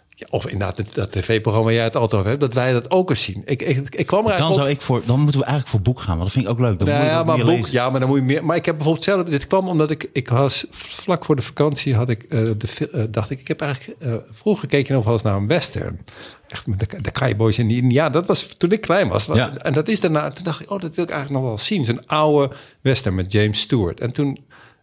F: ja, of inderdaad het- dat tv-programma waar jij het altijd over hebt, dat wij dat ook eens zien. Ik, ik, ik kwam er
C: Dan,
F: eigenlijk op-
C: zou ik voor, dan moeten we eigenlijk voor boek gaan, want dat vind ik ook leuk. Dan
F: nou
C: moet ik
F: ja,
C: ook
F: maar
C: meer
F: boek,
C: lezen.
F: ja, maar dan moet je meer. Maar ik heb bijvoorbeeld zelf. Dit kwam omdat ik, ik was vlak voor de vakantie had ik eh, de fi- eh, dacht ik, ik heb eigenlijk eh, vroeger gekeken nog wel eens naar een western. Echt met de, de Cowboys en die ja, dat was toen ik klein was.
C: Ja.
F: En dat is daarna. Toen dacht ik, oh, dat wil ik eigenlijk nog wel zien. Zo'n oude western met James Stewart. En toen,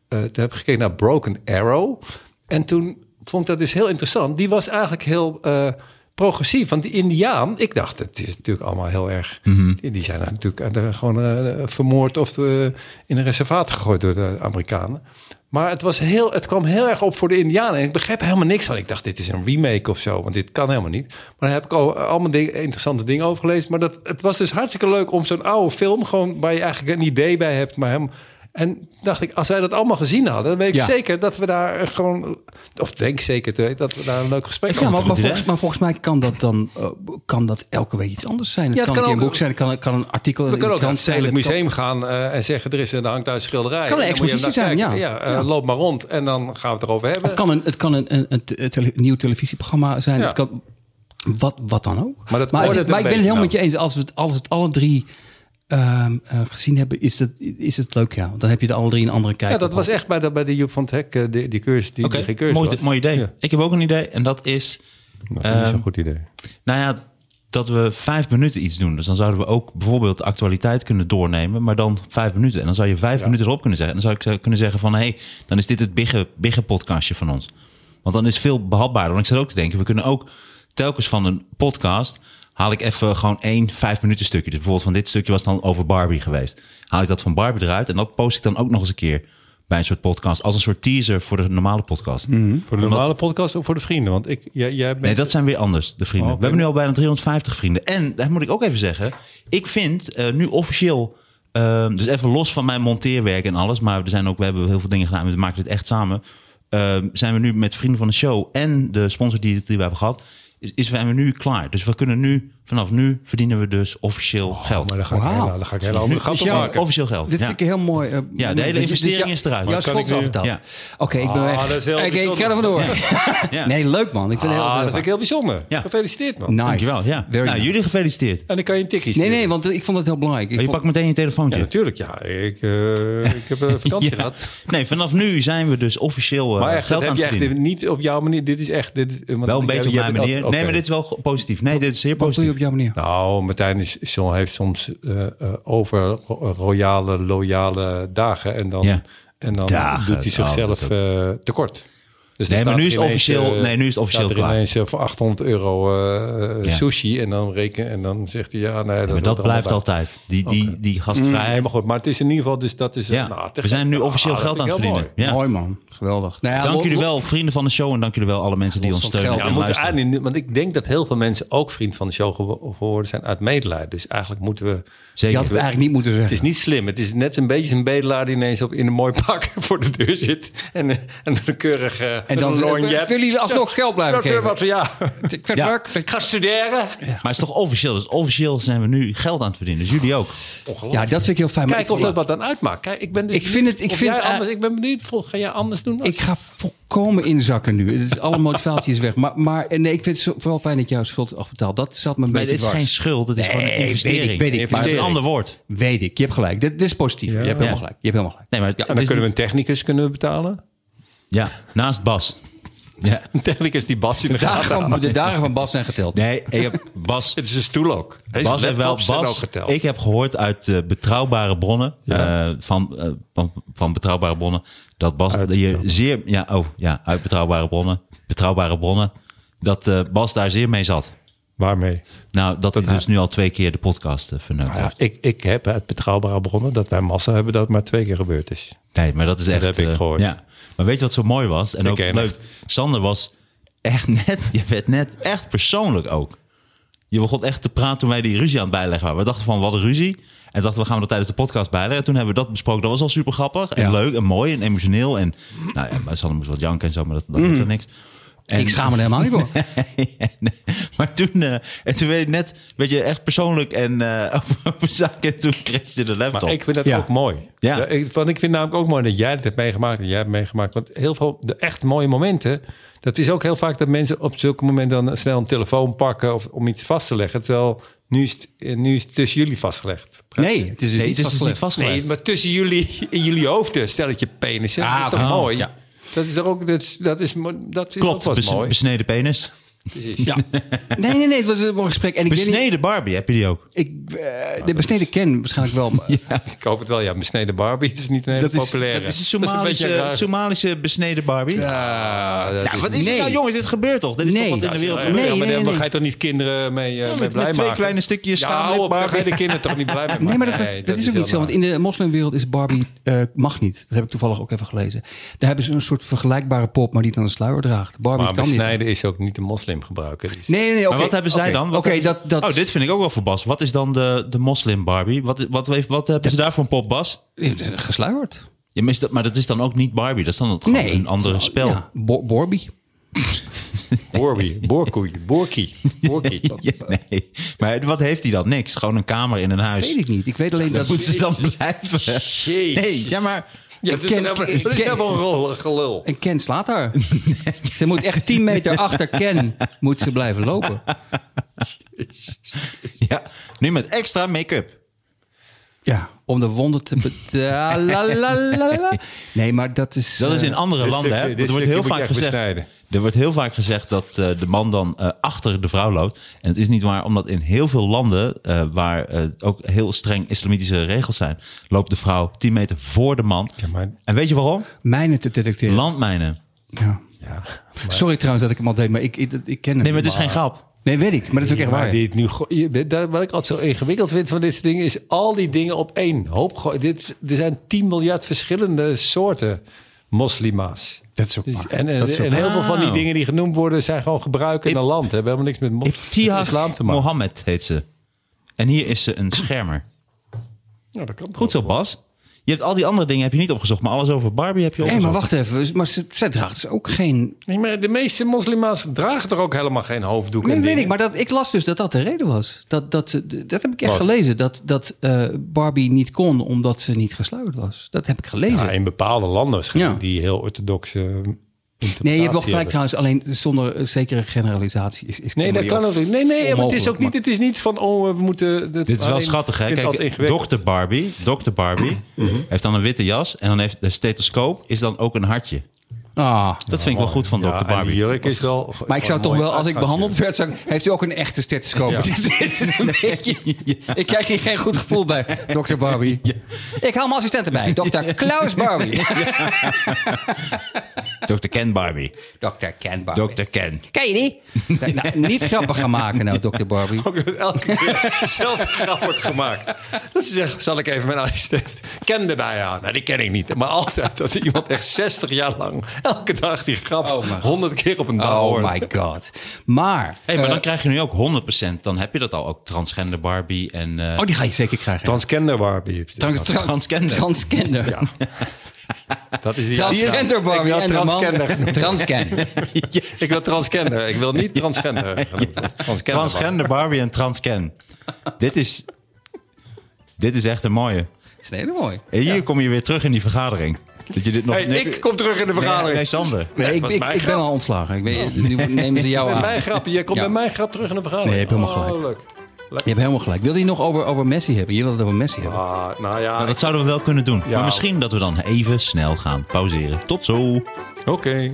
F: eh, toen heb ik gekeken naar Broken Arrow. En toen vond ik dat dus heel interessant. Die was eigenlijk heel. eh, progressief. Want die Indiaan, ik dacht, het is natuurlijk allemaal heel erg. die, die zijn natuurlijk eh, gewoon eh, vermoord of eh, in een reservaat gegooid door de Amerikanen. Maar het, was heel, het kwam heel erg op voor de Indianen. En ik begreep er helemaal niks van. Ik dacht, dit is een remake of zo, want dit kan helemaal niet. Maar daar heb ik al, eh, allemaal ding- interessante dingen over gelezen. Maar dat, het was dus hartstikke leuk om zo'n oude film... gewoon waar je eigenlijk een idee bij hebt. Maar helemaal, en dacht ik, als wij dat allemaal gezien hadden... dan weet ik
E: Ja.
F: zeker dat we daar gewoon... of denk zeker te weten dat we daar een leuk gesprek
E: Ja,
F: over
E: maar, maar,
C: idee.
E: volgens, maar volgens mij kan dat dan eh, kan dat elke week iets anders zijn. Het
F: Ja,
E: kan,
F: het kan
E: een keer
F: ook-
E: een boek zijn, het kan, het kan een artikel in
F: We
E: de
F: kunnen ook naar
E: krant
F: het
E: zijn.
F: Stedelijk
E: het kan-
F: Museum gaan eh, en zeggen... er is een, hangt daar een schilderij.
E: Kan een
F: En dan moet je hem
E: expositie
F: daar
E: zijn,
F: kijken.
E: ja.
F: eh,
E: Ja.
F: Loop maar rond en dan gaan we het erover hebben.
E: Het kan een, het kan een, een, een te- tele- nieuw televisieprogramma zijn.
F: Ja.
E: Het kan, wat, wat dan ook.
F: Maar dat
E: maar,
F: hoort
E: het-
F: het
E: maar ik ben
F: een
E: het helemaal met
F: beetje nou.
E: je eens. Als we het, als we het alle drie ehm, eh, gezien hebben, is het, is het leuk, ja. Want dan heb je de alle drie een andere kijk.
F: Ja, dat
E: op.
F: was echt bij de, bij de Joep van het Hek, eh, die, die cursus, die,
C: Oké,
F: die geen cursus
C: mooi,
F: was.
C: mooi idee.
F: Ja,
C: Ik heb ook een idee en dat is...
F: dat vind ik niet
C: Ehm,
F: zo'n goed idee.
C: Nou ja, dat we vijf minuten iets doen. Dus dan zouden we ook bijvoorbeeld de actualiteit kunnen doornemen, maar dan vijf minuten. En dan zou je vijf minuten erop kunnen zeggen. En dan zou ik eh, kunnen zeggen van, hé, hey, dan is dit het bigge, bigge podcastje van ons. Want dan is het veel behapbaarder. Want ik zat ook te denken, we kunnen ook telkens van een podcast... haal ik even gewoon één vijf minuten stukje. Dus bijvoorbeeld van dit stukje was dan over Barbie geweest. Haal ik dat van Barbie eruit en dat post ik dan ook nog eens een keer... bij een soort podcast, als een soort teaser voor de normale podcast.
F: Voor de
C: Omdat-
F: normale podcast of voor de vrienden? Want ik, jij, jij bent...
C: Nee, dat zijn weer anders, de vrienden.
F: Oh, oké.
C: We hebben nu al bijna 350 vrienden. En dat moet ik ook even zeggen. Ik vind eh, nu officieel. eh, dus even los van mijn monteerwerk en alles. Maar er zijn ook, we hebben heel veel dingen gedaan. We maken dit echt samen. Eh, zijn we nu met vrienden van de show en de sponsor die, die we hebben gehad. Is, is zijn we nu klaar. Dus we kunnen nu, vanaf nu verdienen we dus officieel geld.
F: Oh, Maar daar ga ik,
E: Wauw.
F: heel, daar ga ik hele andere
C: Dus
F: grappen
C: jou-
F: maken.
C: officieel geld.
E: Dit
C: ja.
E: vind ik heel mooi. eh,
C: hele
E: moment. Dus-
C: investering
E: dus jou-
C: is eruit.
E: Jouw
C: Maar
F: kan
E: schuld
F: ik
E: is
F: nu-
E: afbetaald.
C: Ja.
E: Oké, ik ben
F: Ah,
E: weg.
F: dat is heel
E: Oké, ik ga
F: bijzonder.
E: er vandoor.
C: Ja.
E: Nee, leuk man. Ik vind het
F: Ah,
E: heel
F: dat
E: leuk.
F: vind ik heel bijzonder.
C: Ja.
F: Gefeliciteerd, man.
E: Nice.
C: Dankjewel. Ja.
E: Very
C: Nou,
E: nice.
C: jullie gefeliciteerd.
F: En dan kan je een tikkie
E: Nee,
F: sturen.
E: nee, want ik vond het heel belangrijk. Ik
C: je
E: vond-
C: pakt meteen je telefoontje.
F: Ja, natuurlijk, ja. Ik, eh, ik heb een vakantie
C: Ja.
F: gehad.
C: Nee, vanaf nu zijn we dus officieel eh,
F: Maar echt, dat
C: geld aan
F: heb
C: het
F: je echt
C: verdienen.
F: niet op jouw manier. Dit is echt... Dit is, want
C: Wel een
F: jij-
C: beetje op
F: jij
C: mijn
F: bent
C: manier.
F: altijd-
C: Nee, maar
F: oké.
C: dit is wel go- positief. Nee, dit is zeer
E: Wat doe je
C: positief.
E: op jouw manier?
F: Nou, Martijn is, zo- heeft soms eh, eh, over ro- royale, loyale dagen. En dan,
C: Ja.
F: en dan
C: Dagen,
F: doet hij
C: oh,
F: zichzelf
C: dat is
F: eh, tekort. Dus
C: Nee,
F: dan
C: maar
F: staat
C: nu is
F: er
C: het officieel-
F: eh,
C: nee, nu is het officieel
F: staat er
C: klaar.
F: ineens eh, voor 800 euro eh, eh,
C: Ja.
F: sushi. En dan, reken, en dan zegt hij, ja, nee.
C: Ja, maar
F: hoort
C: dat
F: er
C: blijft
F: allemaal bij.
C: altijd. Die, die, die
F: Nee,
C: gastvrijheid.
F: maar goed. Maar het is in ieder geval, dus dat is... eh,
C: ja.
F: Mm. nou, te
C: we zijn nu
F: gek.
C: officieel
F: Ah, dat
C: geld aan
F: vind
C: het
F: ik heel
C: verdienen.
F: mooi.
C: Ja.
E: Mooi man. Geweldig. Nou ja,
C: Dank
E: lo-
C: jullie
E: lo-
C: wel, vrienden van de show. En dank jullie wel alle mensen die
E: Los
C: ons
E: van
C: steunen.
E: geld.
F: Ja,
C: en
F: we moeten
C: luisteren.
F: eigenlijk, want ik denk dat heel veel mensen ook vriend van de show gewo- geworden zijn uit medelijden. Dus eigenlijk moeten we...
E: Je
C: Zeker.
E: had het eigenlijk niet moeten zeggen.
F: Het is niet slim. Het is net een beetje een bedelaar die ineens op, in een mooi pak voor de deur zit. En, eh, en een keurig eh,
E: En dan
F: een lorgnet.
E: willen jullie alsnog geld blijven
F: Dat is eh,
E: geven.
F: wat, ja.
E: Ik vind
C: Ja.
E: het leuk.
F: Ik ga studeren.
C: Maar het is toch officieel? Dus officieel zijn we nu geld aan het verdienen. Dus jullie ook.
E: Ja, dat vind ik heel fijn. maar
F: Kijk
E: ik,
F: of dat wat dan uitmaakt. Kijk, ik ben dus
E: Ik vind het- ik
F: of
E: vind
F: jij
E: het, eh,
F: anders, ik ben benieuwd. vol- Ga jij anders doen?
E: ik ga volkomen inzakken nu. Het is, alle motivatie is weg. Maar, maar nee, ik vind het zo- vooral fijn dat jouw schuld is afbetaald. Dat zat me een
C: Maar
E: beetje
C: dit is
E: dwars.
C: geen schuld. Het is gewoon
E: Nee,
C: een
E: weet ik,
C: investering.
E: weet ik.
C: Maar het is een
E: Investering.
C: ander woord.
E: Weet ik. Je hebt gelijk. Dit, dit is positief. Je hebt helemaal
C: Ja.
E: gelijk. Je hebt helemaal gelijk.
C: Nee, maar het, het
F: dan
C: is
F: kunnen we
C: niet-
F: een technicus kunnen we betalen.
C: Ja, naast Bas. Ja.
F: Een technicus die Bas in de gaten
E: Dagen van,
F: houdt.
E: de dagen van Bas zijn geteld.
C: Nee, ik heb Bas
F: Het is een stoel ook. Deze
C: Bas heeft wel
F: laptops zijn ook
C: Bas,
F: geteld.
C: ik heb gehoord uit eh, betrouwbare bronnen eh, van, eh, van, van betrouwbare bronnen dat Bas
F: Uit
C: hier zeer ja oh ja uit betrouwbare bronnen betrouwbare bronnen dat eh, Bas daar zeer mee zat.
F: Waarmee?
C: Nou, dat, hij dus nu al twee keer de podcast eh, verneukt
F: Nou ja,
C: heeft.
F: ik, ik heb uit betrouwbare bronnen dat wij massa hebben dat het maar twee keer gebeurd is.
C: Nee, maar dat is echt.
F: heb ik
C: eh,
F: gehoord.
C: Ja. Maar weet je wat zo mooi was en
F: Ik
C: ook
F: ken
C: leuk. Sander was echt net. Je werd net echt persoonlijk ook. Je begon echt te praten toen wij die ruzie aan het bijleggen waren. We dachten van, we hadden ruzie. En dachten, we gaan dat tijdens de podcast bijleggen. En toen hebben we dat besproken. Dat was al super grappig. En
E: Ja.
C: leuk en mooi en emotioneel. En nou ja, maar Sander moest wat janken en zo, maar dat,
F: Mm.
C: dat was er niks. En,
E: Ik schaam me er helemaal niet voor.
C: en, maar toen, eh, en toen werd je net, weet je, echt persoonlijk en eh, over, over zaken. En toen crashte de laptop.
F: Maar ik vind dat
E: Ja.
F: ook mooi.
C: Ja.
F: ik, want ik vind namelijk ook mooi dat jij het hebt meegemaakt en jij hebt meegemaakt. Want heel veel, de echt mooie momenten, dat is ook heel vaak dat mensen op zulke momenten dan snel een telefoon pakken of om iets vast te leggen. Terwijl nu is het, eh, nu is het tussen jullie vastgelegd.
E: Nee, het is dus
C: nee,
E: niet
C: het is dus
E: vastgelegd.
C: niet vastgelegd.
F: Nee, maar tussen jullie, in jullie hoofden, stelletje penissen.
E: Ah,
F: dat is toch
E: oh,
F: mooi?
E: ja.
F: Dat is er ook, dat is, dat is, mo- dat is ook
C: Klopt,
F: wel eens
C: bes-
F: mooi.
C: besneden penis.
F: Precies.
E: Ja. Nee, nee, nee. Het was een mooi gesprek. En ik weet niet-
C: Besneden Barbie, heb je die ook?
E: Ik, eh, de besneden ken waarschijnlijk wel. maar-
F: Ik hoop het wel. Ja, besneden Barbie het is niet een hele
E: Dat is-
F: populaire.
C: Dat is een
F: een
C: Somalische,
F: beetje raar.
C: Somalische besneden Barbie.
F: Ja, dat
C: Ja,
F: is-
C: wat is
E: Nee.
C: het nou, jongens? Dit gebeurt toch? Dit is
E: Nee.
C: toch wat in de wereld
F: Ja,
E: Nee,
C: gebeurt?
F: maar
E: nee,
F: dan
E: nee.
F: ga je toch niet kinderen mee, eh,
C: met-
F: mee
C: met
F: blij
C: twee
F: maken?
C: kleine stukjes
F: ja,
C: schaamlip,
F: hou op, daar
C: Barbie.
F: ga je de kinderen toch niet blij mee maken?
E: Nee, maar dat, dat is ook
F: heel
E: niet zo. Want in de moslimwereld is Barbie eh, mag niet. Dat heb ik toevallig ook even gelezen. Daar hebben ze een soort vergelijkbare pop, maar die dan een sluier draagt. Barbie
F: Maar
E: kan niet. Nee,
F: besnijden is ook niet een moslim gebruiken. Dus
E: nee, nee.
C: Maar wat hebben zij dan? Wat
E: Oké,
C: hebben ze-
E: dat, dat,
C: Oh, dit vind ik ook wel voor Bas. Wat is dan de, de moslim Barbie? Wat, wat, wat, heeft- wat hebben ze daar voor een pop, Bas?
E: is gesluierd.
C: Je mist dat, maar dat is dan ook niet Barbie. Dat is dan gewoon
E: nee.
C: een ander spel.
E: Ja, Bo- Barbie.
F: Borbi, Borkoei, Borkie. Borkie.
C: Ja, nee. Maar wat heeft hij dan? Niks. Gewoon een kamer in een huis.
E: Weet ik niet. Ik weet alleen dat...
C: Dat moet ze dan blijven.
F: Jezus.
C: Nee, ja, maar
E: Ik
F: Ja, dat is
E: ken-
F: nou maar-
E: ik
F: dat is
E: ken-
F: nou wel een rol- gelul.
E: En Ken slaat haar. Ze moet echt 10 meter achter Ken moet ze blijven lopen.
C: ja, nu met extra make-up.
E: Ja, om de wonden te betalen. La, la, la, la, la. Nee, maar dat is...
C: Dat is
E: eh,
C: in andere
F: dit
C: landen,
F: stukje-
C: hè?
F: dit
C: Er wordt,
F: stukje
C: heel
F: moet je
C: vaak
F: echt
C: gezegd,
F: besnijden.
C: er wordt heel vaak gezegd dat eh, de man dan eh, achter de vrouw loopt. En het is niet waar, omdat in heel veel landen eh, waar eh, ook heel streng islamitische regels zijn, loopt de vrouw 10 meter voor de man.
F: maar-
C: En weet je waarom?
E: mijnen te detecteren.
C: Landmijnen.
E: Ja. Sorry trouwens dat ik hem al deed, maar ik, ik, ik ken hem.
C: Nee, maar het is geen grap.
E: Nee, weet ik. Maar dat is ook echt waar.
F: Maar die het nu go- je- dat- wat ik altijd zo ingewikkeld vind van dit soort dingen is al die dingen op één hoop gooien. Dit, is- er zijn 10 miljard verschillende soorten moslima's.
E: Dat is ook
F: Dus-
E: waar.
F: en en,
E: Dat is ook
F: en heel
C: waar.
F: veel van die
C: Ah.
F: dingen die genoemd worden zijn gewoon gebruiken in
C: Ik-
F: een land. Hebben helemaal niks met, mos- met islam
C: Iftihah
F: te maken.
C: Mohammed heet ze. En hier is ze een schermer.
F: Nou, dat kan toch?
C: Goed zo, Bas. Je hebt al die andere dingen heb je niet opgezocht, maar alles over Barbie heb je
E: Hé,
C: opgezocht.
E: maar wacht even. Maar ze, zij draagt dus ook geen...
F: Nee, maar de meeste moslima's dragen toch ook helemaal geen hoofddoek
E: Nee,
F: en
E: weet
F: dingen?
E: ik. Maar dat, ik las dus dat dat de reden was. Dat, dat, ze- dat heb ik echt
F: Wat?
E: gelezen. Dat, dat eh, Barbie niet kon omdat ze niet gesluierd was. Dat heb ik gelezen.
F: Ja, in bepaalde landen waarschijnlijk
E: Ja.
F: die heel orthodoxe eh, interpretatie
E: nee, je hebt wel gelijk
F: hebben.
E: trouwens. Alleen zonder eh, zekere generalisatie is, is
F: Nee, dat
E: comedy
F: kan ook niet. Nee, nee, maar het is
E: onmogelijk,
F: ook niet, het is niet van, oh, we moeten...
C: Dit is wel schattig, hè? Kijk, Dr. Barbie, Dr. Barbie heeft dan een witte jas en dan heeft de stethoscoop is dan ook een hartje.
E: Ah.
C: Dat vind ik wel goed van Dr. Barbie.
F: jurk is wel...
E: Maar ik zou toch wel, als ik behandeld werd, zou ik- heeft u ook een echte stethoscoop?
F: Ja.
E: Dit is een beetje, Ik krijg hier geen goed gevoel bij, dokter Barbie. Ik haal mijn assistent erbij, dokter Klaus Barbie.
C: Dr. Ken Barbie.
E: Dokter Ken Barbie.
C: Dr. Ken.
E: Ken je die? Nou, niet grappig gaan maken nou, dokter Barbie.
F: Oh, Elke keer zelf grap wordt gemaakt. Dat ze zeggen, zal ik even mijn assistent Ken erbij halen? Nou, die ken ik niet. Maar altijd dat iemand echt 60 jaar lang elke dag die grap
E: Oh, mijn
F: 100 keer op een dag hoort.
E: Oh my god. Maar,
C: Hé, maar
E: eh,
C: dan krijg je nu ook 100%. Dan heb je dat al ook transgender Barbie en eh,
E: oh die ga je zeker krijgen.
F: Transgender Barbie.
E: Trans- trans-
C: transgender.
E: Transgender.
F: dat is die
E: Transgender Barbie
F: Ik wil
E: en de man.
F: transgender genoemd worden.
E: Transgen.
F: Ik wil transgender. Ik wil niet transgender. genoemd worden. Transgender.
C: transgender Barbie en trans Ken. dit is dit is echt een mooie.
E: Dat is een hele mooi.
C: En hier kom je weer terug in die vergadering. Dat je dit nog
F: Hey,
C: nee-
F: ik kom terug in de
C: nee,
F: vergadering.
C: nee, Sander.
E: Nee, ik,
F: was
E: ik,
F: mijn
E: ik ben
F: grap.
E: al ontslagen. Ik ben, nu nemen ze jou
F: Met
E: aan.
F: mijn grap. Je komt
E: Ja.
F: met mijn grap terug in de vergadering.
E: Nee, je hebt helemaal
F: Oh,
E: gelijk.
F: leuk.
E: Je hebt helemaal gelijk. Wilde je nog over, over Messi hebben? Je wilde het over Messi hebben.
F: Ah, nou ja.
C: Nou, dat zouden we wel kunnen doen.
F: Ja.
C: Maar misschien dat we dan even snel gaan pauzeren. Tot zo.
F: Oké.